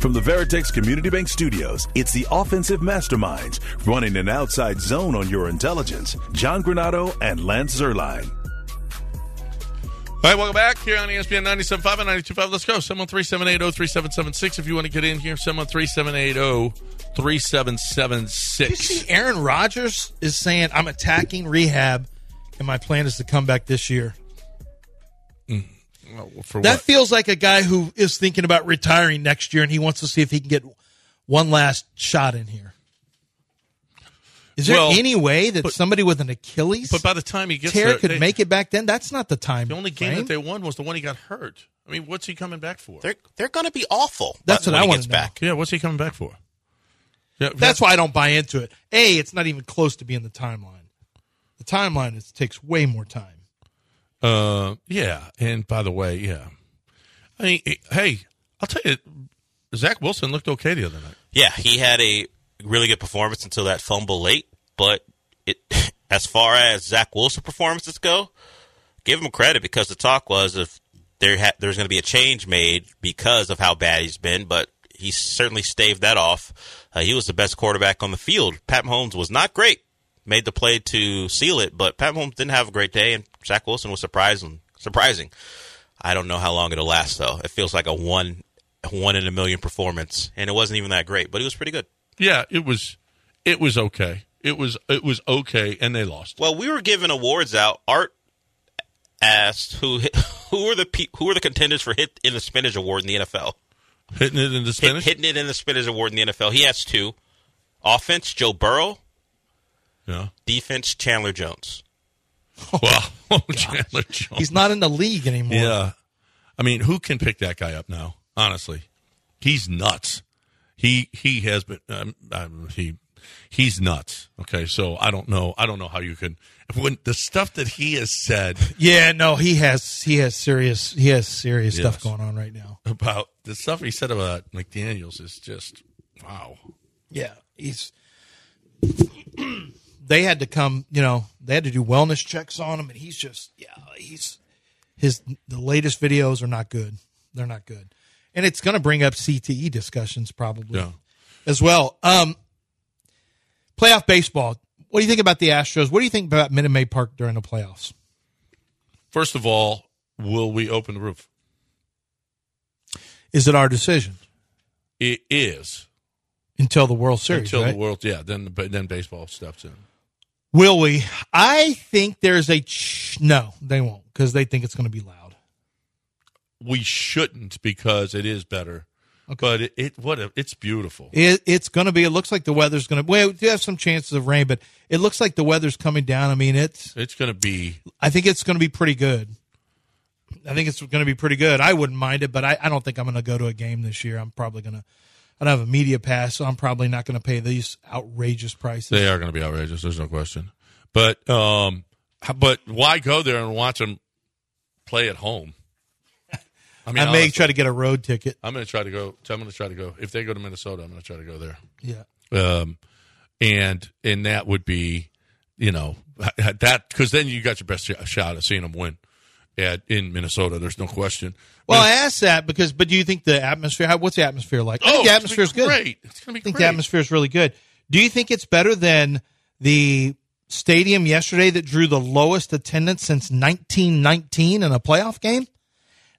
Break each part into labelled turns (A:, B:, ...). A: From the Veritex Community Bank Studios, it's the offensive masterminds running an outside zone on your intelligence. John Granado and Lance Zerline.
B: All right, welcome back here on E ESPN 97.5 and 92.5. Let's go. 713-780-3776 if you want to get in here. 713-780-3776.
C: You see, Aaron Rodgers is saying, I'm attacking rehab, and my plan is to come back this year.
B: Oh, for
C: That
B: what?
C: feels like a guy who is thinking about retiring next year, and he wants to see if he can get one last shot in here. Is there
B: Well,
C: any way that somebody with an Achilles
B: But by the time he gets
C: tear
B: there,
C: could
B: they-
C: make it back then? That's not the time.
B: the only game
C: frame.
B: that they won was the one he got hurt. I mean, what's he coming back for?
D: They're they're going to be awful.
C: That's
D: when
C: what I
D: he
C: wanna
D: gets
C: know.
D: back.
B: yeah, what's he coming back for? Yeah,
C: That's why I don't buy into it. A, it's not even close to being the timeline. The timeline is, takes way more time.
B: Uh, yeah. And by the way, yeah. I mean, eh, hey, I'll tell you, Zach Wilson looked okay the other night.
D: Yeah, he had a really good performance until that fumble late. But it, as far as Zach Wilson performances go, give him credit because the talk was if there ha- there's going to be a change made because of how bad he's been, but he certainly staved that off. Uh, he was the best quarterback on the field. Pat Mahomes was not great. Made the play to seal it, but Pat Mahomes didn't have a great day, and Zach Wilson was surprising. Surprising. I don't know how long it'll last though. It feels like a one one in a million performance, and it wasn't even that great, but it was pretty good.
B: Yeah, it was, it was okay. It was, it was okay, and they lost.
D: Well, we were giving awards out. Art asked who hit, who were the pe- who were the contenders for hit in the spinach award in the NFL.
B: Hitting it in the
D: Hit-
B: Spanish.
D: hitting it in the spinach award in the NFL. He has two: offense, Joe Burrow;
B: Yeah.
D: defense, Chandler Jones.
B: Wow. Chandler Jones.
C: He's not in the league anymore.
B: Yeah. I mean, who can pick that guy up now? Honestly, he's nuts. He he has been um, um, he he's nuts. Okay, so I don't know. I don't know how you can when the stuff that he has said
C: Yeah, no, he has he has serious he has serious
B: Yes.
C: stuff going on right now.
B: about the stuff he said about McDaniel's is just wow.
C: Yeah, he's. they had to come, you know, they had to do wellness checks on him, and he's just, yeah, he's his the latest videos are not good. They're not good, and it's going to bring up CTE discussions probably
B: Yeah.
C: as well. Um, playoff baseball. What do you think about the Astros? What do you think about Minute Maid Park during the playoffs?
B: First of all, will we open the roof?
C: Is it our decision
B: It is
C: until the World Series?
B: until
C: right?
B: the world. Yeah, then but then baseball steps in.
C: Will we? I think there's a ch- no. They won't because they think it's going to be loud.
B: We shouldn't because it is better. But it, it what a, it's beautiful.
C: It, it's going to be. It looks like the weather's going to. Well, we do have some chances of rain, but it looks like the weather's coming down. I mean, it's.
B: It's going to be
C: I think it's going to be pretty good. I think it's going to be pretty good. I wouldn't mind it, but I, I don't think I'm going to go to a game this year. I'm probably going to. I don't have a media pass, so I'm probably not going to pay these outrageous prices.
B: They are going to be outrageous. There's no question. But um, h- but why go there and watch them play at home? I mean,
C: I may try to get a road ticket.
B: I'm going to try to go. I'm going to try to go. If they go to Minnesota, I'm going to try to go there.
C: Yeah.
B: Um, and and that would be, you know, that because then you got your best sh- shot of seeing them win at in Minnesota. There's no question.
C: Well,
B: But-
C: I asked that because, but do you think the atmosphere? how- What's the atmosphere like? I think the
B: Oh, it's gonna
C: atmosphere
B: be
C: is good.
B: Great. It's going to be
C: I think
B: great.
C: the atmosphere is really good. Do you think it's better than the stadium yesterday that drew the lowest attendance since 1919 in a playoff game?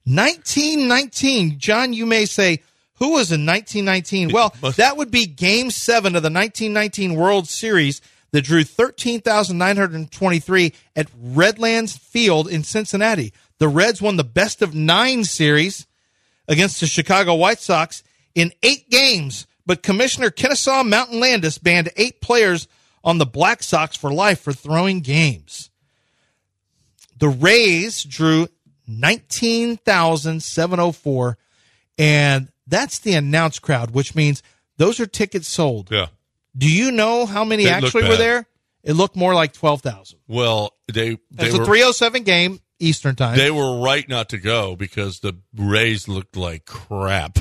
C: 1919. John, you may say, who was in 1919? Well,
B: must-
C: that would be game seven of the 1919 World Series that drew 13,923 at Redlands Field in Cincinnati. The Reds won the best of nine series against the Chicago White Sox in eight games, but Commissioner Kennesaw Mountain Landis banned eight players on the Black Sox for life for throwing games. The Rays drew 19,704, and that's the announced crowd, which means those are tickets sold.
B: Yeah.
C: Do you know how many
B: They look
C: actually were
B: bad.
C: there? It looked more like 12,000.
B: Well, they they
C: It's a
B: were
C: 307 game Eastern time.
B: they were right not to go because the Rays looked like crap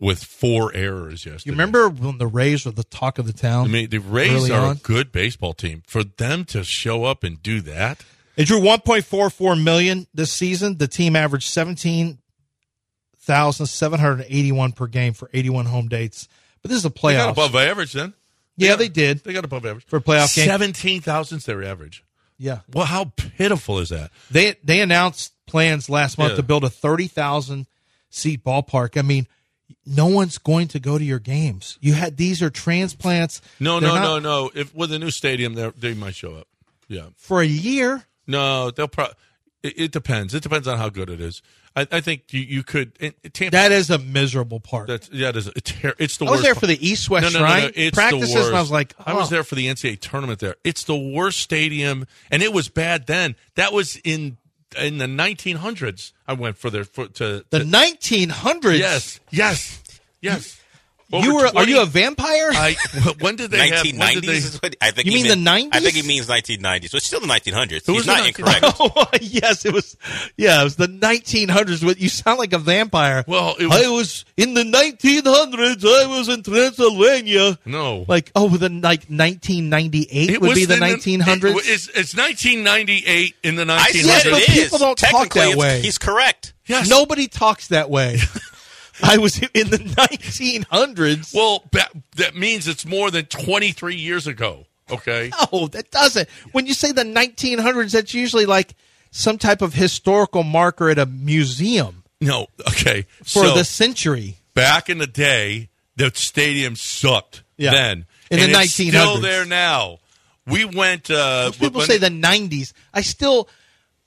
B: with four errors yesterday.
C: you remember when the Rays were the talk of the town?
B: I mean, the Rays
C: Early
B: are
C: on?
B: a good baseball team. For them to show up and do that,
C: It drew 1.44 million this season. The team averaged 17,781 per game for 81 home dates. But this is a
B: they got
C: playoff.
B: above average. Then
C: yeah, they did
B: they got above average
C: for a playoff game.
B: Seventeen thousandths their average.
C: Yeah.
B: Well, how pitiful is that?
C: They they announced plans last month
B: Yeah.
C: to build a 30,000 seat ballpark. I mean, no one's going to go to your games. You had these are transplants.
B: No,
C: They're
B: no,
C: not-
B: no, no. If with a new stadium, they they might show up. Yeah.
C: For a year,
B: No, they'll probably. It, it depends. It depends on how good it is. I, I think you, you could. and Tampa,
C: that is a miserable part.
B: that's that is a ter- it's the
C: I was
B: worst
C: there
B: part.
C: for the East West
B: no, no, no,
C: Shrine
B: no, it's
C: practices,
B: the worst.
C: and I was like,
B: I was
C: oh.
B: there for the NCAA tournament. There, it's the worst stadium, and it was bad then. That was in in the 1900s. I went for their for, to,
C: The
B: to-
C: 1900s.
B: yes, yes, yes.
C: you
B: Over
C: were? Are
B: 20
C: you a vampire?
B: I, when did they have? When
D: 1990s
B: did they,
D: is what I think.
C: You
D: he
C: mean the
D: meant- I
C: 90s?
D: think he means 1990s. It's still the 1900s.
B: Who was the
D: He's not
B: 1900s?
D: incorrect.
C: Oh, yes, it was. Yeah, it was the 1900s. What- You sound like a vampire.
B: Well, it was-
C: I was in the 1900s. I was in Transylvania.
B: no,
C: Like, oh, the like 1998 would be the
B: in
C: 1900s.
B: it- it's, it's 1998 in the 1900s.
D: I
C: Yes,
D: said
C: but
D: it is.
C: people don't talk
D: Technically,
C: that
D: it's-
C: way.
D: He's correct.
B: Yes.
C: Nobody talks that way. I was in the 1900s.
B: Well, that, that means it's more than 23 years ago. Okay.
C: No, that doesn't. When you say the 1900s, that's usually like some type of historical marker at a museum
B: No. Okay.
C: for
B: so
C: the century.
B: back in the day, the stadium sucked.
C: Yeah.
B: Then
C: In the
B: and it's still
C: 1900s.
B: there now. We went. Uh,
C: Most people
B: when-
C: say the 90s. I still,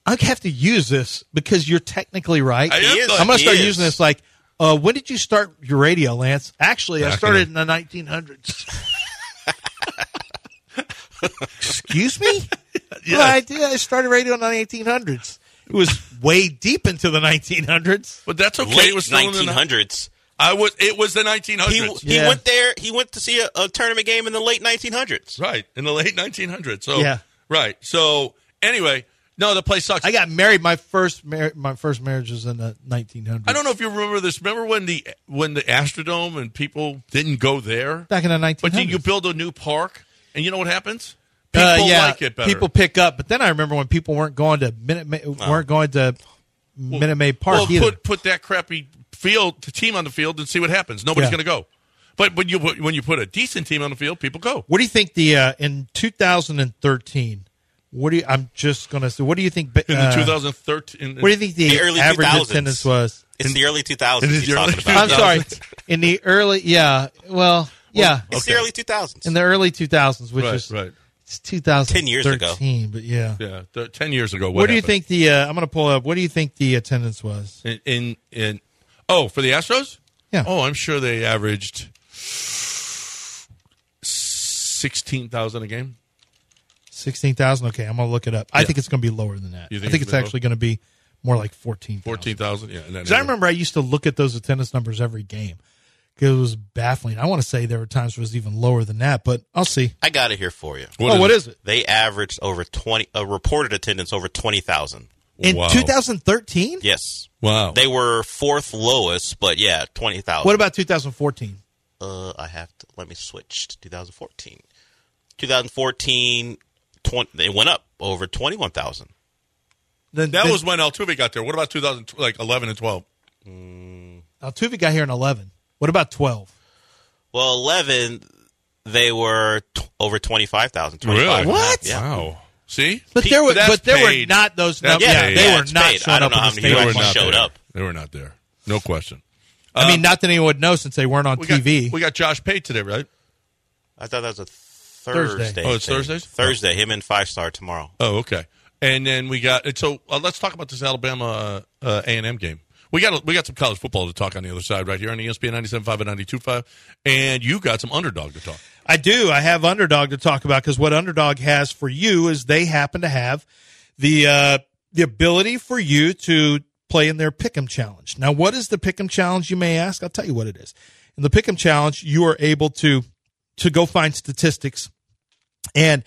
C: I have to use this because you're technically right.
B: I am,
C: I'm going to
D: He
C: start
D: is.
C: using this like, uh, when did you start your radio, Lance? Actually, I
B: Back
C: started in
B: in
C: the 1900s. Excuse me?
B: Yes.
C: Well, I did. I started radio in the 1800s. It was way deep into the 1900s.
B: but that's okay.
D: Late
B: it was still in the
D: 1900s.
B: I was. It was the 1900s.
D: He he
C: Yeah.
D: went there. He went to see a, a tournament game in the late 1900s.
B: right in the late 1900s. So
C: Yeah.
B: Right. So anyway, no, the place sucks.
C: I got married. My first mar- my first marriage was in the 1900s.
B: I don't know if you remember this. Remember when the when the Astrodome and people didn't go there?
C: Back in the 1900s.
B: But then you build a new park, and you know what happens? People
C: Uh, yeah,
B: like it better.
C: People pick up. But then I remember when people weren't going to Minute Maid, weren't going to Minute Maid Park
B: well,
C: either.
B: put put that crappy field team on the field and see what happens. Nobody's
C: Yeah.
B: going to go. But when you put- when you put a decent team on the field, people go.
C: what do you think the uh, in 2013? What do you? I'm just gonna say. What do you think? ba-
B: In
C: uh,
B: the 2013,
C: what do you think the,
D: The early
C: average
D: 2000s.
C: attendance was?
D: It's the early
B: It
D: 2000s.
B: is
D: he's
B: the early
D: talking about.
C: I'm sorry.
B: 2000s.
C: In the early, yeah. Well, yeah.
D: It's the early 2000s.
C: In the early 2000s, which
B: Right,
C: is
B: right.
C: it's 2013,
D: years ago.
C: But yeah.
B: Yeah, the, ten years ago. What,
C: What, do you
B: happened?
C: think the? Uh, I'm gonna pull up. What do you think the attendance was?
B: In, in in oh for the Astros?
C: Yeah.
B: Oh, I'm sure they averaged sixteen thousand a game.
C: Sixteen thousand. Okay, I'm gonna look it up. I think it's gonna be lower than that.
B: You
C: I
B: think
C: think
B: it's
C: it's
B: gonna be
C: actually gonna be more like fourteen.
B: Fourteen thousand. Yeah. and then-
C: Because I remember I used to look at those attendance numbers every game because it was baffling. I want to say there were times where it was even lower than that, but I'll see.
D: I got it here for you.
C: oh, what is it?
D: They averaged over 20, a reported attendance over 20,000.
C: In
B: Wow.
C: 2013?
D: Yes.
B: Wow.
D: They were fourth lowest, but yeah, 20,000.
C: What about 2014?
D: Uh, I have to, let me switch to 2014. 2014, 20, it went up over 21,000.
C: Then,
B: that
C: then
B: was when Altuve got there. What about 2000, like eleven and twelve?
C: Altuve got here in 11. What about 12?
D: Well, 11, they were t- over 25,000.
B: Really?
D: 25 and a half,
C: What?
D: Yeah.
B: Wow. See,
C: But
D: Pete,
C: there were,
B: that's
C: but there were
B: paid.
C: not those
B: That's
C: numbers. Yeah,
B: paid.
C: they
D: Yeah,
C: were
D: it's
C: not
D: paid.
C: showing
D: I don't
C: up.
D: know
C: in
D: how
C: the
D: many
C: stadium.
D: They were not showed
B: there.
D: up.
B: They were not there. No question.
C: I mean, not that anyone would know since they weren't on
B: We got,
C: TV.
B: we got Josh Pate today, right?
D: I thought that was a
C: Thursday.
D: Thursday.
B: Oh, it's
D: thing.
B: Thursdays?
D: Thursday. Him and Five Star tomorrow.
B: Oh, okay. And then we got so uh, let's talk about this Alabama uh, A and M game. We got we got some college football to talk on the other side right here on E ESPN 97.5 and 92.5. And you got some underdog to talk.
C: I do. I have underdog to talk about because what underdog has for you is they happen to have the uh, the ability for you to play in their pick'em challenge. Now, what is the pick'em challenge? You may ask. I'll tell you what it is. In the pick'em challenge, you are able to to go find statistics, and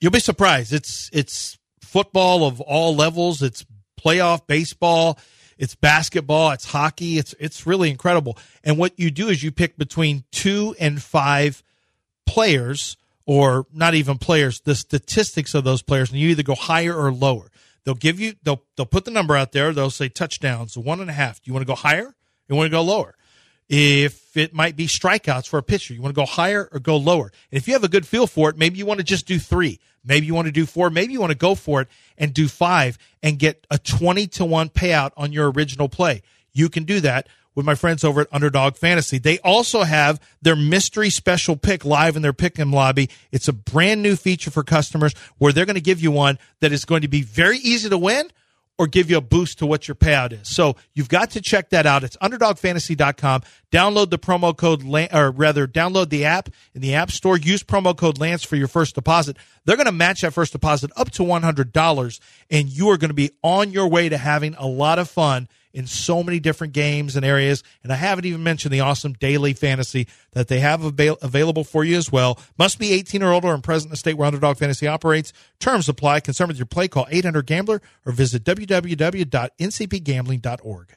C: you'll be surprised. It's it's football of all levels. It's playoff baseball. It's basketball. It's hockey. It's it's really incredible. And what you do is you pick between two and five players or not even players the statistics of those players and you either go higher or lower they'll give you they'll they'll put the number out there they'll say touchdowns one and a half do you want to go higher you want to go lower if it might be strikeouts for a pitcher you want to go higher or go lower and if you have a good feel for it maybe you want to just do three maybe you want to do four maybe you want to go for it and do five and get a 20 to 1 payout on your original play you can do that with my friends over at Underdog Fantasy. They also have their mystery special pick live in their pick'em lobby. It's a brand new feature for customers where they're going to give you one that is going to be very easy to win or give you a boost to what your payout is. So you've got to check that out. It's underdogfantasy.com. Download the promo code, Lan- or rather, download the app in the App Store. Use promo code Lance for your first deposit. They're going to match that first deposit up to $100, and you are going to be on your way to having a lot of fun in so many different games and areas. And I haven't even mentioned the awesome daily fantasy that they have avail- available for you as well. Must be 18 or older and present in the state where Underdog Fantasy operates. Terms apply. Concerned with your play, call 800 Gambler or visit www.ncpgambling.org.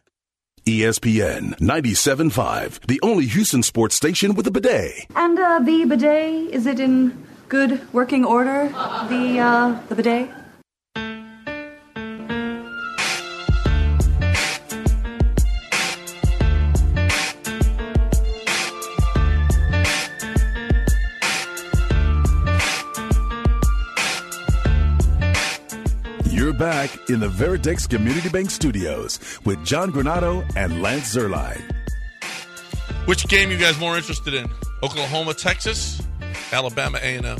A: E ESPN 97.5, the only Houston sports station with a bidet.
E: And uh, the bidet, is it in good working order? The, uh, the bidet?
A: You're back in the Veritex Community Bank Studios with John Granado and Lance Zerline.
B: Which game you guys more interested in? Oklahoma, Texas, Alabama, A and M.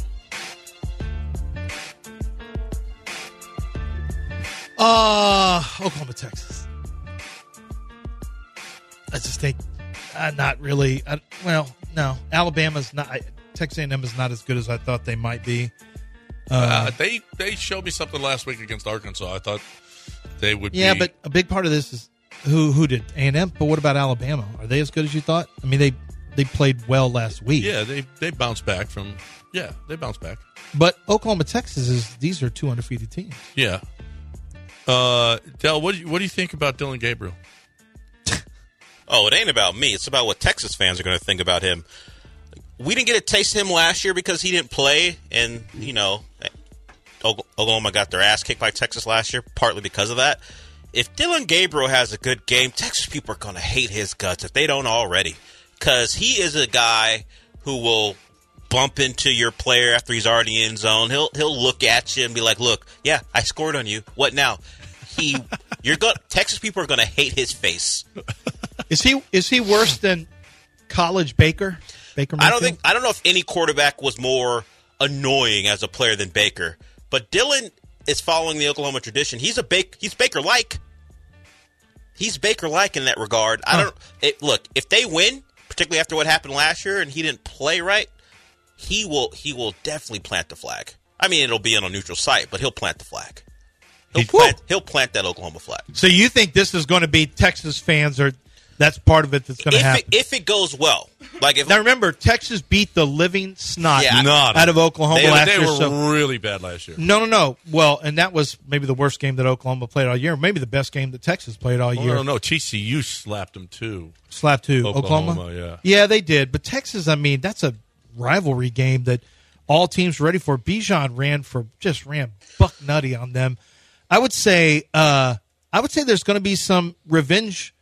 C: Uh, Oklahoma, Texas. I just think uh, not really. I, well, no, Alabama's not. I- Texas A&M is not as good as I thought they might be.
B: Uh, they they showed me something last week against Arkansas. I thought they would.
C: Yeah,
B: be,
C: but a big part of this is who who did A and M. But what about Alabama? Are they as good as you thought? I mean, they they played well last week.
B: yeah, they they bounced back from. Yeah, they bounced back.
C: But Oklahoma, Texas is these are two undefeated teams.
B: Yeah. Uh, Dell, what do you, what do you think about Dylan Gabriel?
D: Oh, it ain't about me. It's about what Texas fans are going to think about him. We didn't get a taste of him last year because he didn't play, and you know, Og- Oklahoma got their ass kicked by Texas last year, partly because of that. If Dylan Gabriel has a good game, Texas people are going to hate his guts if they don't already, because he is a guy who will bump into your player after he's already in zone. He'll he'll look at you and be like, "Look, yeah, I scored on you. What now?" He, you're going. Texas people are going to hate his face.
C: Is he is he worse than college Baker? Baker.
D: I don't
C: Mayfield?
D: think I don't know if any quarterback was more annoying as a player than Baker. But Dylan is following the Oklahoma tradition. He's a bake he's Baker like. He's Baker like in that regard. I don't it, look, if they win, particularly after what happened last year and he didn't play right, he will he will definitely plant the flag. I mean it'll be on a neutral site, but he'll plant the flag. He'll, plant, he'll plant that Oklahoma flag.
C: so. You think this is going to be Texas fans are that's part of it that's going to
D: If it,
C: happen.
D: if it goes well, like if
C: now remember, Texas beat the living snot
D: Yeah.
B: Not
C: out of Oklahoma
B: They,
C: last
B: they
C: year.
B: were
C: so
B: really bad last year.
C: No, no, no. Well, and that was maybe the worst game that Oklahoma played all year. Maybe the best game that Texas played all
B: Oh,
C: year.
B: no, no, TCU slapped them too.
C: Slapped who? Oklahoma.
B: Oklahoma, yeah.
C: they did. But Texas, I mean, that's a rivalry game that all teams were ready for. Bijan ran for just ran buck nutty on them. I would say, uh, I would say there's going to be some revenge,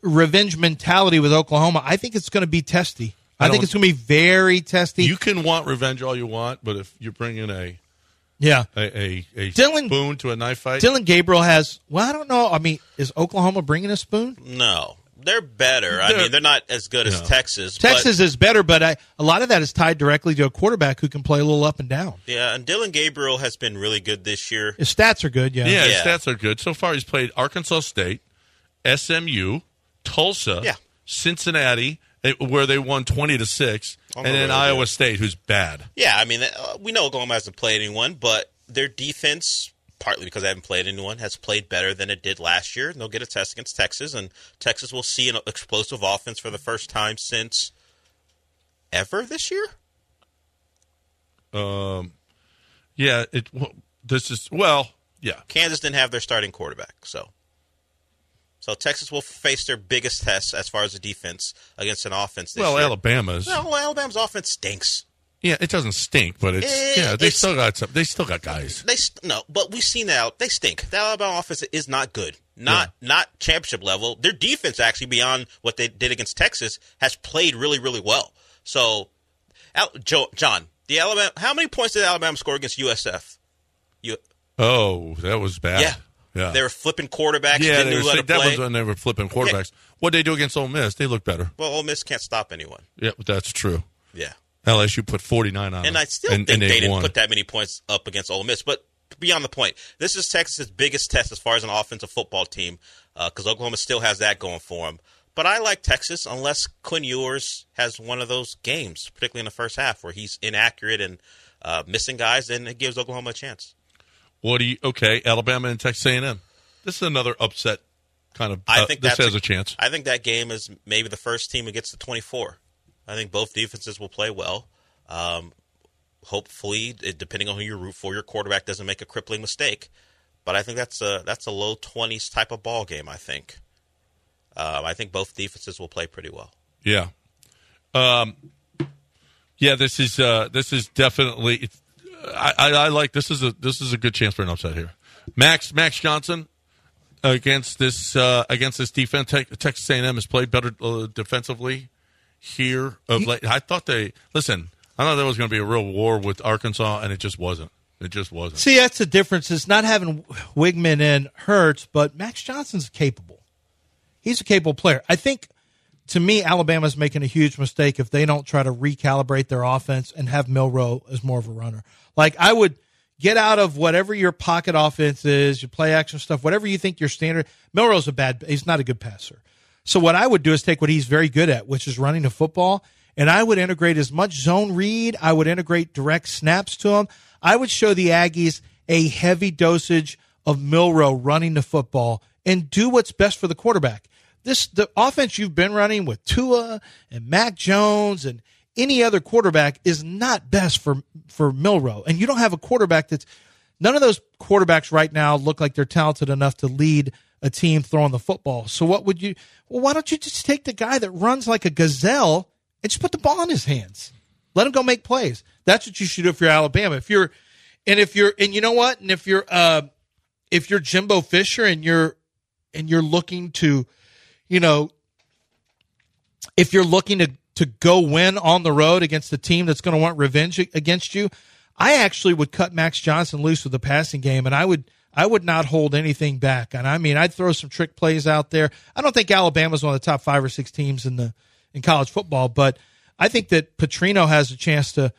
C: revenge mentality with Oklahoma. I think it's going to be testy. I,
B: I
C: think
B: don't-
C: it's going to be very testy.
B: You can want revenge all you want, but if you're bringing a
C: yeah.
B: a, a, a
C: Dylan-
B: spoon to a knife fight,
C: Dylan Gabriel has. Well, I don't know. I mean, is Oklahoma bringing a spoon?
D: No, they're better. I
B: They're-
D: mean, they're not as good as
B: No.
D: Texas. but-
C: Texas is better, but I, a lot of that is tied directly to a quarterback who can play a little up and down.
D: yeah, and Dylan Gabriel has been really good this year.
C: His stats are good, yeah.
B: yeah, his
D: Yeah.
B: stats are good so far. He's played Arkansas State, SMU, Tulsa,
D: Yeah.
B: Cincinnati, eh, where they won twenty to six,
D: On
B: and
D: the
B: then
D: road,
B: Iowa
D: yeah.
B: State, who's bad.
D: Yeah, I mean, uh, we know Oklahoma hasn't played anyone, but their defense, partly because they haven't played anyone, has played better than it did last year. And they'll get a test against Texas, and Texas will see an explosive offense for the first time since ever this year.
B: Yeah, it. w- This is well, yeah.
D: Kansas didn't have their starting quarterback, so so Texas will face their biggest test as far as the defense against an offense. This
B: Well,
D: year.
B: Alabama's.
D: No, well, Alabama's offense stinks.
B: Yeah, it doesn't stink, but it's
D: Eh,
B: yeah. They
D: it's-
B: still got some. They still got guys.
D: They st- no, but we've seen that out. They stink. The Alabama offense is not good. Not not championship level. Their defense actually beyond what they did against Texas has played really really well. So, Al- jo- John, the Alabama, how many points did Alabama score against USF? You,
B: Oh, that was bad.
D: yeah,
B: yeah.
D: They were flipping quarterbacks.
B: yeah,
D: didn't
B: they
D: know
B: were,
D: how
B: sick.
D: to
B: that
D: play.
B: was when they were flipping quarterbacks. What they do against Ole Miss, they look better.
D: well, Ole Miss can't stop anyone.
B: Yeah, that's true.
D: Yeah,
B: LSU put forty nine on,
D: and
B: them,
D: I still think they, didn't put that many points up against Ole Miss. But beyond the point, this is Texas's biggest test as far as an offensive football team because Oklahoma still has that going for them. But I like Texas unless Quinn Ewers has one of those games, particularly in the first half where he's inaccurate and uh, missing guys, then it gives Oklahoma a chance.
B: What do you? Okay, Alabama and Texas A and M. This is another upset kind of.
D: I
B: uh,
D: think
B: this
D: that's
B: has a, chance.
D: I think that game is maybe the first team that gets to 24. I think both defenses will play well. Um, hopefully, it- depending on who you root for, your quarterback doesn't make a crippling mistake. But I think that's a that's a low 20s type of ball game. I think. Um, I think both defenses will play pretty well.
B: yeah. Um. Yeah, this is uh this is definitely. It's, I, I I like this is a this is a good chance for an upset here. Max Max Johnson against this uh against this defense. Tex- Texas A and M has played better uh, defensively here of late. I thought they listen. I thought there was going to be a real war with Arkansas, and it just wasn't. It just wasn't.
C: See, that's the difference. Is not having Wigman in hurts, but Max Johnson's capable. He's a capable player. I think, to me, Alabama's making a huge mistake if they don't try to recalibrate their offense and have Milrow as more of a runner. Like, I would get out of whatever your pocket offense is, your play action stuff, whatever you think your standard. Milrow's a bad, he's not a good passer. So, what I would do is take what he's very good at, which is running the football, and I would integrate as much zone read. I would integrate direct snaps to him. I would show the Aggies a heavy dosage of Milrow running the football and do what's best for the quarterback. This the offense you've been running with Tua and Mac Jones and any other quarterback is not best for for Milrow. And you don't have a quarterback that's none of those quarterbacks right now look like they're talented enough to lead a team throwing the football. So what would you well why don't you just take the guy that runs like a gazelle and just put the ball in his hands? Let him go make plays. That's what you should do if you're Alabama. If you're and if you're and you know what? And if you're uh if you're Jimbo Fisher and you're and you're looking to, you know, if you're looking to to go win on the road against a team that's going to want revenge a- against you, I actually would cut Max Johnson loose with the passing game, and I would I would not hold anything back. And I mean, I'd throw some trick plays out there. I don't think Alabama's one of the top five or six teams in the in college football, but I think that Petrino has a chance to.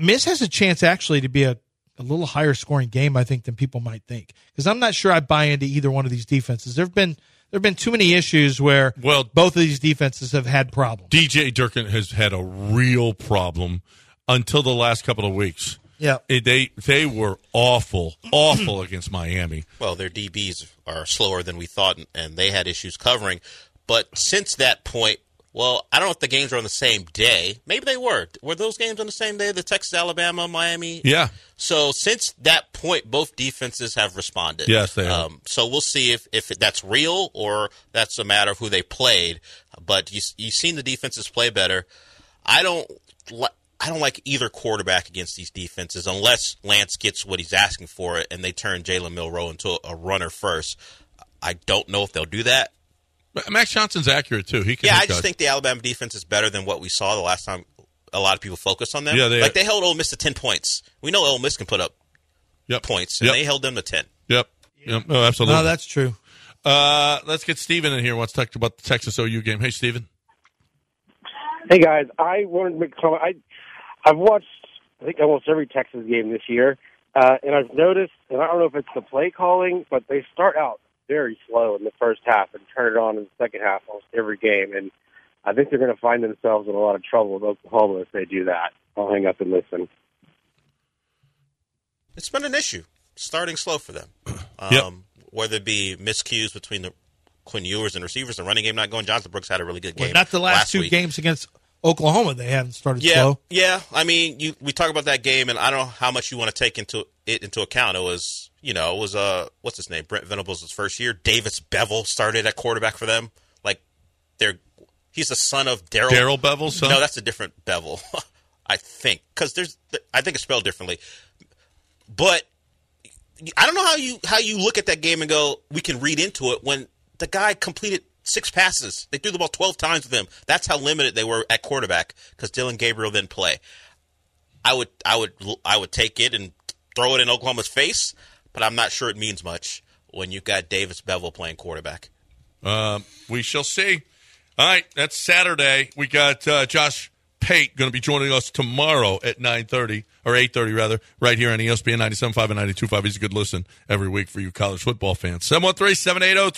C: I mean, this has a chance actually to be a, a little higher scoring game, I think, than people might think. Because I'm not sure I buy into either one of these defenses. There have been there have been too many issues where
B: Well-
C: both of these defenses have had problems.
B: DJ Durkin has had a real problem until the last couple of weeks.
C: Yeah.
B: It- They they were awful, awful against Miami.
D: Well, their DBs are slower than we thought, and- and they had issues covering. But since that point, well, I don't know if the games were on the same day. Maybe they were. Were those games on the same day? The Texas, Alabama, Miami.
B: Yeah.
D: So since that point, both defenses have responded. Um,
B: Yes, they have.
D: so we'll see if, if that's real or that's a matter of who they played. But you you've seen the defenses play better. I don't li- I don't like either quarterback against these defenses unless Lance gets what he's asking for and they turn Jalen Milrow into a runner first. I don't know if they'll do that.
B: But Max Johnson's accurate too. He can
D: Yeah,
B: hit
D: I just
B: guys.
D: think the Alabama defense is better than what we saw the last time a lot of people focused on them.
B: Yeah, they-
D: like they held Ole Miss to ten points. We know Ole Miss can put up
B: yep.
D: points, and
B: Yep.
D: they held them to ten.
B: yep. Yep. No, absolutely.
C: No, that's true.
B: uh, let's get Steven in here. Wants to talk about the Texas OU game. Hey, Steven.
F: Hey guys, I wanted to make a comment. I I've watched I think almost every Texas game this year, uh, and I've noticed, and I don't know if it's the play calling, but they start out very slow in the first half and turn it on in the second half almost every game. And I think they're going to find themselves in a lot of trouble with Oklahoma if they do that. I'll hang up and listen.
D: It's been an issue starting slow for them. Um,
B: Yep.
D: Whether it be miscues between the Quinn Ewers and receivers and running game not going, Johnson Brooks had a really good game.
G: Well, not the last, two
D: week.
G: games against Oklahoma. They haven't started
D: Yeah,
G: slow.
D: yeah. I mean, you we talk about that game, and I don't know how much you want to take into it into account. It was, you know, it was uh, what's his name, Brent Venables' first year. Davis Bevel started at quarterback for them. Like, they're he's the son of Daryl.
B: Daryl Bevel's son?
D: No, that's a different Bevel, I think, because there's I think it's spelled differently. But I don't know how you how you look at that game and go, we can read into it when the guy completed six passes. They threw the ball twelve times with him. That's how limited they were at quarterback because Dylan Gabriel didn't play. I would I would I would take it and throw it in Oklahoma's face, but I'm not sure it means much when you've got Davis Bevel playing quarterback.
B: Um, we shall see. All right, that's Saturday. We got uh, Josh Pate going to be joining us tomorrow at 9.30, or 8.30 rather, right here on E ESPN 97.5 and 92.5. He's a good listen every week for you college football fans.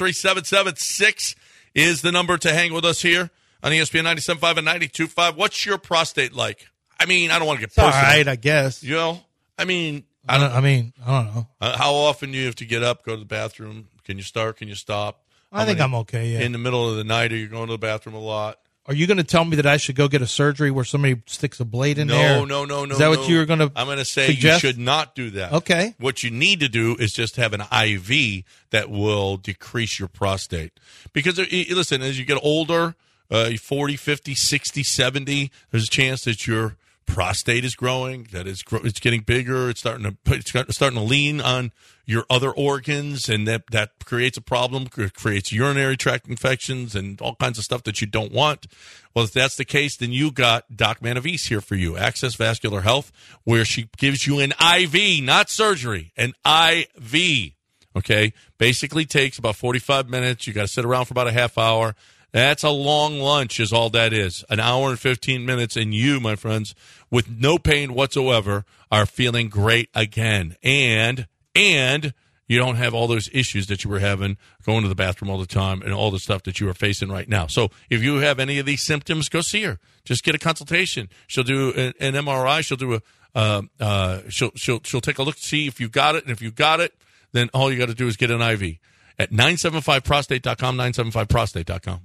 B: 713-780-3776 is the number to hang with us here on E ESPN 97.5 and 92.5. What's your prostate like? I mean, I don't want to get
G: It's all
B: personal.
G: right, I guess.
B: You know, I mean,
G: I don't. I mean, I don't know.
B: uh, how often do you have to get up, go to the bathroom? Can you start? Can you stop?
G: I think I'm okay. Yeah.
B: In the middle of the night, are you going to the bathroom a lot?
G: Are you going to tell me that I should go get a surgery where somebody sticks a blade in
B: no,
G: there?
B: no, no, no.
G: Is that
B: no.
G: what you were going to?
B: I'm going to say
G: suggest?
B: you should not do that.
G: Okay.
B: What you need to do is just have an IV that will decrease your prostate. Because uh, y- listen, as you get older, uh, 40, 50, 60, 70, there's a chance that your prostate is growing, that it's gro- it's getting bigger, it's starting to put- it's got- starting to lean on your other organs and that that creates a problem, cr- creates urinary tract infections and all kinds of stuff that you don't want. Well, if that's the case, then you got Doc Manavis here for you, Access Vascular Health, where she gives you an IV, not surgery, an IV. Okay, basically takes about forty-five minutes. You got to sit around for about a half hour. That's a long lunch, is all that is. An hour and fifteen minutes, and you, my friends, with no pain whatsoever, are feeling great again. And and you don't have all those issues that you were having going to the bathroom all the time and all the stuff that you are facing right now. So if you have any of these symptoms, go see her. Just get a consultation. She'll do an, an MRI. She'll do a uh, uh, she'll she'll she'll take a look see if you got it and if you got it, then all you got to do is get an IV at 975prostate.com 975prostate.com.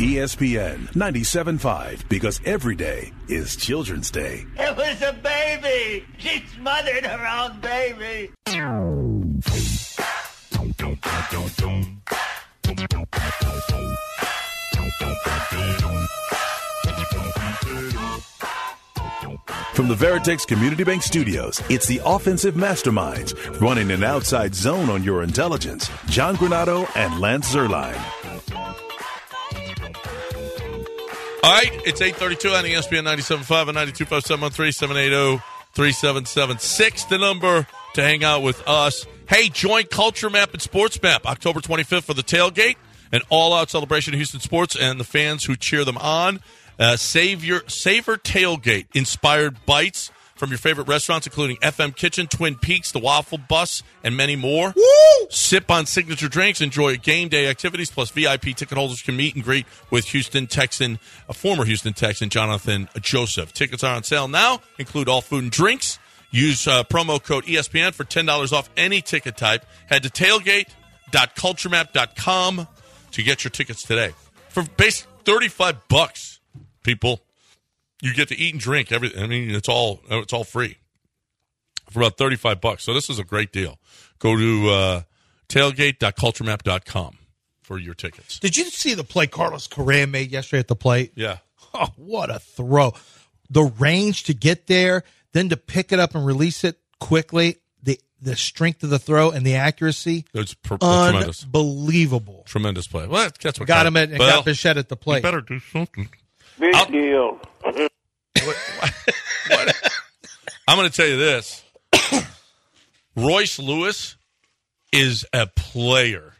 A: E ESPN 97.5 because every day is Children's Day.
H: It was a baby. She smothered her own baby.
A: From the Veritex Community Bank Studios, it's the offensive masterminds running an outside zone on your intelligence. John Granado and Lance Zerline.
B: All right, it's 832 on E ESPN 97.5 and 92.5, oh, 713-780-3776, the number to hang out with us. Hey, join Culture Map and Sports Map October 25th for the tailgate, an all-out celebration of Houston sports and the fans who cheer them on. Uh, save your Savor Tailgate, inspired bites from your favorite restaurants, including FM Kitchen, Twin Peaks, The Waffle Bus, and many more. Sip on signature drinks, enjoy game day activities, plus VIP ticket holders can meet and greet with Houston Texan, a former Houston Texan, Jonathan Joseph. Tickets are on sale now, include all food and drinks. Use uh, promo code ESPN for $10 off any ticket type. Head to tailgate.culturemap.com to get your tickets today. For base 35 bucks, people, you get to eat and drink everything. I mean, it's all it's all free for about 35 bucks. So this is a great deal. Go to uh, tailgate.culturemap.com for your tickets.
G: Did you see the play Carlos Correa made yesterday at the plate?
B: Yeah.
G: Oh, what a throw! The range to get there, then to pick it up and release it quickly. The the strength of the throw and the accuracy,
B: It's pr- tremendous.
G: unbelievable.
B: Tremendous play. Well, that- that's what
G: Got him at and
B: well,
G: got Bichette at the
B: you
G: plate.
B: better do something.
F: Big
B: I'll-
F: deal.
B: I'm going to tell you this. Royce Lewis is a player.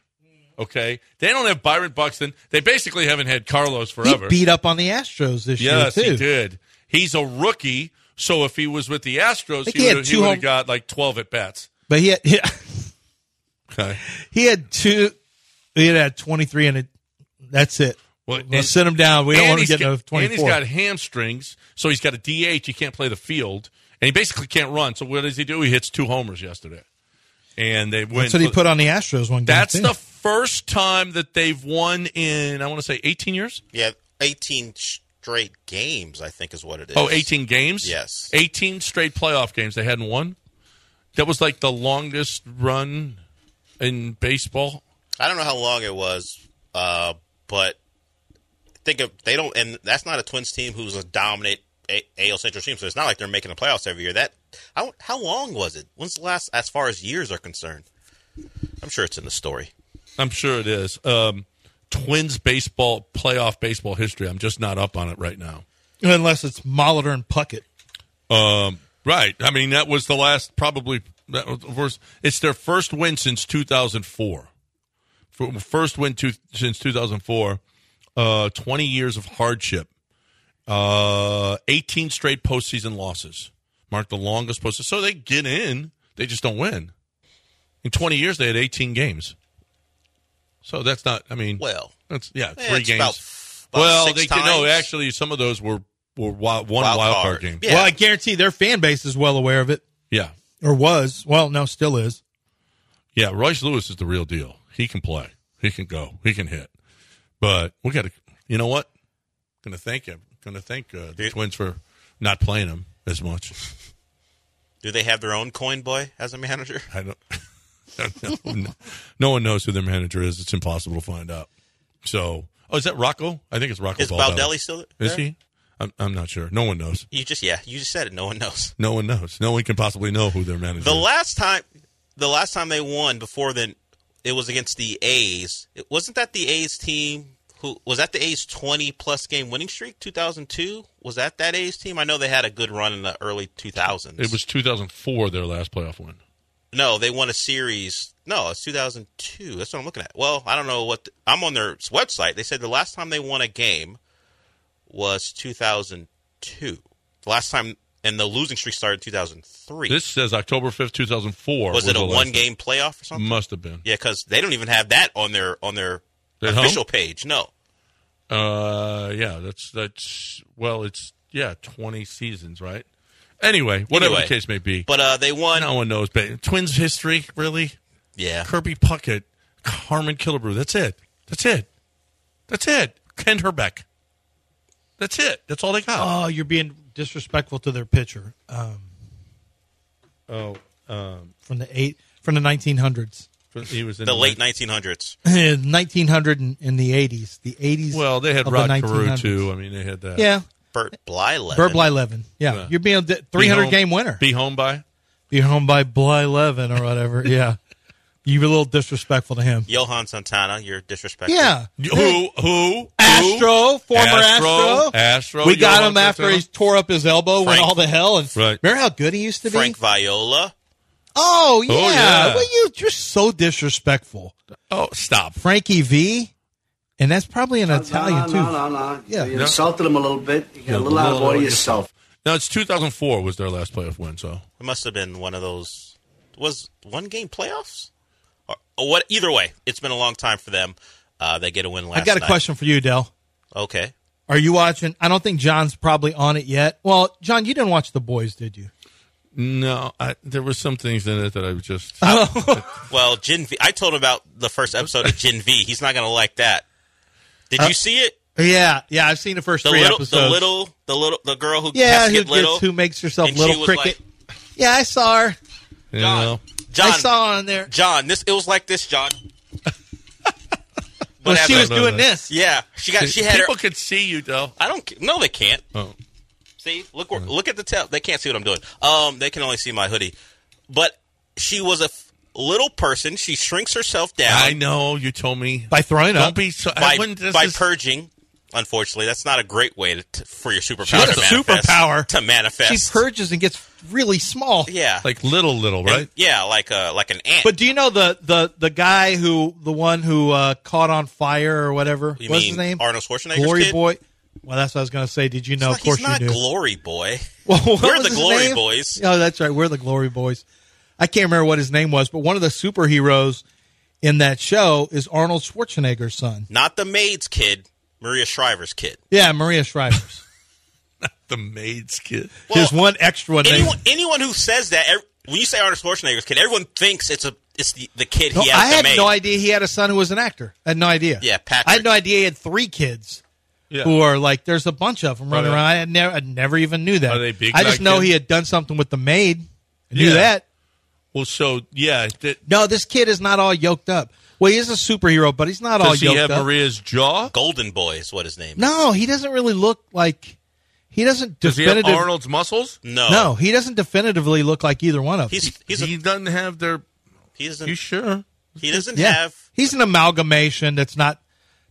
B: Okay? They don't have Byron Buxton. They basically haven't had Carlos
G: He
B: forever.
G: beat up on the Astros this
B: Yes,
G: year too.
B: he did. He's a rookie, so if he was with the Astros,
G: think
B: he
G: he had
B: would
G: two
B: have
G: home-
B: got like twelve at bats.
G: But he had, yeah,
B: Okay.
C: He had two. He had had 23, and it, that's it.
B: Well,
C: Let's sit him down. We don't
B: and
C: want to
B: he's
C: get
B: got-
C: no
B: And he's
C: 24.
B: got hamstrings, so he's got a DH. He can't play the field, and he basically can't run. So what does he do? He hits two homers yesterday, and they win.
C: that's what he put on the Astros one game.
B: That's
C: too.
B: the first time that they've won in I want to say 18 years.
D: Yeah, 18 straight games, I think, is what it is.
B: Oh, 18 games.
D: Yes.
B: 18 straight playoff games they hadn't won. That was like the longest run in baseball.
D: I don't know how long it was, uh, but think of they don't, and that's not a Twins team who's a dominant a- AL Central team. So it's not like they're making the playoffs every year. That I don't- how long was it? When's the last, as far as years are concerned? I'm sure it's in the story.
B: I'm sure it is. Um, Twins baseball playoff baseball history. I'm just not up on it right now.
C: unless it's Molitor and Puckett.
B: Um, right. I mean, that was the last probably that was the first. It's their first win since 2004. F- First win to, since 2004. Uh, 20 years of hardship. Uh, 18 straight postseason losses. Marked the longest postseason. So they get in. They just don't win. In 20 years, they had 18 games. So that's not. I mean,
D: Well,
B: that's yeah,
D: eh,
B: three
D: it's
B: games.
D: about- about
B: well,
D: six
B: they did- no.
D: times.
B: Actually, some of those were were wild, one wild,
D: Wild
B: card.
D: card.
B: game.
D: Yeah.
C: Well, I guarantee their fan base is well aware of it,
B: yeah.
C: or was. Well, no, still is.
B: Yeah, Royce Lewis is the real deal. He can play. He can go. He can hit. But we got to. You know what? Going to thank him. Going to thank uh, the
D: Yeah.
B: Twins for not playing him as much.
D: do they have their own coin boy as a manager?
B: I don't. I don't know. no one knows who their manager is. It's impossible to find out. So, oh, is that Rocco? I think it's Rocco.
D: Is
B: Baldelli.
D: Baldelli still? There?
B: Is he? I'm, I'm not sure. No one knows.
D: You just yeah, you just said it. No one knows.
B: No one knows. No one can possibly know who their manager.
D: The
B: is.
D: last time, the last time they won before then, it was against the A's. It, wasn't that the A's team? Who was that? The A's twenty plus game winning streak, two thousand two. Was that that A's team? I know they had a good run in the early two thousands.
B: It was 2004. Their last playoff win.
D: no, they won a series. No, it's two thousand two. That's what I'm looking at. Well, I don't know what the- I'm on their website. They said the last time they won a game was two thousand two. The last time, and the losing streak started in two thousand three.
B: This says October 5th, 2004.
D: was it
B: the
D: a
B: last-
D: one game playoff or something?
B: Must have been.
D: Yeah, because they don't even have that on their on their
B: At home?
D: official page. No,
B: Uh, yeah, that's that's well, it's yeah, twenty seasons, right? Anyway, whatever the
D: Anyway.
B: case may be,
D: but uh, they won.
B: no one knows. But Twins history, really?
D: Yeah,
B: Kirby Puckett, Carmen Killebrew. That's it. That's it. That's it. Ken Herbeck. That's it. That's all they got.
C: Oh, you're being disrespectful to their pitcher um,
B: Oh,
C: from the eight from the 1900s,
B: he was in
D: the late 1900s.
C: 1900 and in the 80s, the 80s.
B: Well, they had
C: of
B: Rod
C: the
B: Carew
C: 1900s.
B: too. I mean, they had that.
C: Yeah,
D: Bert Blyleven.
C: Burr Blyleven. Yeah.
B: Yeah.
C: you're being a di-
B: Be
C: 300
B: home-
C: game winner.
B: Be home by.
C: Be home by Blyleven or whatever. yeah, you were a little disrespectful to him.
D: Johan Santana. You're disrespectful.
C: Yeah,
B: Who? Who?
C: Astro, former Astro.
B: Astro, Astro,
C: we got
B: Johan
C: him after
B: Santana.
C: he tore up his elbow, went
D: Frank-
C: all to hell, and
B: Right.
C: remember how good he used to be.
D: Frank Viola.
C: Oh yeah.
B: yeah.
C: Well, you you're so disrespectful,
B: Oh, stop.
C: Frankie V, and that's probably an Italian too.
I: No, no, no.
C: Yeah.
I: You insulted him a little bit. You got a little out of order yourself.
B: No, it's 2004 was their last playoff win. So
D: It must have been one of those. Was one game playoffs? Or, or what? Either way, it's been a long time for them. Uh, they get a win last.
C: I got a
D: night.
C: question for you, Dell.
D: Okay.
C: Are you watching? I don't think John's probably on it yet. Well, John, you didn't watch The Boys, did you?
B: no, I, there were some things in it that I was just.
D: Well, Gen V. I told him about the first episode of Gen V. He's not going to like that. Did you see it?
C: Yeah, yeah. I've seen the first
D: The
C: Uh, three
D: little,
C: episodes.
D: the little, the little, the girl who
C: yeah,
D: has to
C: who,
D: get little.
C: gets, who makes herself
D: And she
C: little
D: was
C: cricket? yeah, I saw her.
B: you know.
D: John,
C: I saw her on there.
D: John, this it was like this, John.
C: Well, she
D: happened?
C: was
B: I know
C: doing
B: that.
C: this.
D: Yeah, she got. She had her.
B: People could see you though.
D: I don't. No, they can't.
B: Oh,
D: See, look. where- Look at the tail. They can't see what I'm doing. Um, they can only see my hoodie. But she was a f- little person. She shrinks herself
B: I
D: down
B: know. You told me.
C: By throwing
B: Don't
C: up.
B: be so. I
D: by
B: wouldn't, this
D: by
B: is-
D: purging. Unfortunately, that's not a great way to, t for your superpower.
C: She's
D: to
C: a
D: manifest,
C: superpower.
D: to manifest.
C: she purges and gets really small.
D: Yeah,
B: like little, little,
D: And-
B: right?
D: yeah, like a like an ant.
C: But do you know the the the guy who the one who uh, caught on fire or whatever?
D: You
C: What's
D: mean
C: his name?
D: Arnold Schwarzenegger's
C: Glory
D: kid?
C: Boy. Well, that's what I was going to say. Did you know?
D: He's not-
C: of course
D: he's not
C: you knew.
D: glory boy.
C: Well, what
D: We're
C: was
D: the
C: his
D: Glory
C: name?
D: Boys.
C: Oh, that's right. We're the Glory Boys. I can't remember what his name was, but one of the superheroes in that show is Arnold Schwarzenegger's son.
D: Not the maid's kid, Maria Shriver's kid.
C: Yeah, Maria Shriver's.
B: The maid's kid.
C: There's one extra one.
D: Anyone, anyone who says that, ev- when you say Arnold Schwarzenegger's kid, everyone thinks it's a it's the, the kid
C: No,
D: he
C: I
D: has
C: had
D: to make.
C: no idea he had a son who was an actor. I had no idea.
D: Yeah, Patrick.
C: I had no idea he had three kids
B: Yeah.
C: who are like. There's a bunch of them running
B: Are they-
C: around. I had never, I never even knew that.
B: Are they big
C: I just
B: like
C: know
B: him?
C: he had done something with the maid. I knew
B: Yeah.
C: that.
B: Well, so yeah. Did,
C: No, this kid is not all yoked up. Well, he is a superhero, but he's not all
B: does he
C: yoked
B: have
C: up.
B: Maria's jaw?
D: Golden Boy is what his name. is.
C: no, he doesn't really look like. He doesn't
B: Does he have
C: definitive-
B: Arnold's muscles?
D: No,
C: No, he doesn't definitively look like either one of them.
D: He's he's
B: he
D: a,
B: doesn't have their.
D: he doesn't
B: You sure?
D: he doesn't
C: yeah,
D: have.
C: he's an amalgamation that's not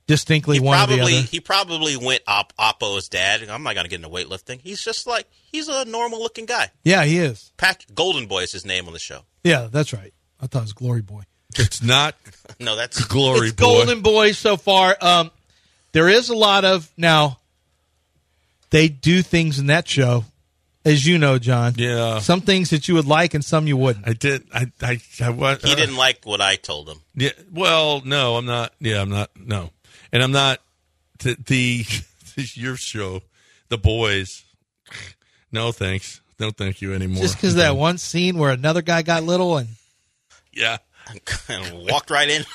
C: distinctly
D: He
C: one or the
D: probably
C: other.
D: he probably went op Oppo's dad. I'm not gonna get into weightlifting. He's just like he's a normal looking guy.
C: Yeah, he is.
D: Pat Golden Boy is his name on the show.
C: Yeah, that's right. I thought it was Glory Boy.
B: It's not
D: No, that's
B: glory
C: it's
B: boy.
C: Golden Boy so far. Um, there is a lot of now. They do things in that show, as you know, John.
B: Yeah.
C: Some things that you would like and some you wouldn't.
B: I did. I. I. I what,
D: he didn't like what I told him.
B: Yeah. Well, no, I'm not. Yeah, I'm not. No, and I'm not. The, the your show, the boys. No thanks. No thank you anymore.
C: Just because that one scene where another guy got little and
B: Yeah.
D: and walked right in.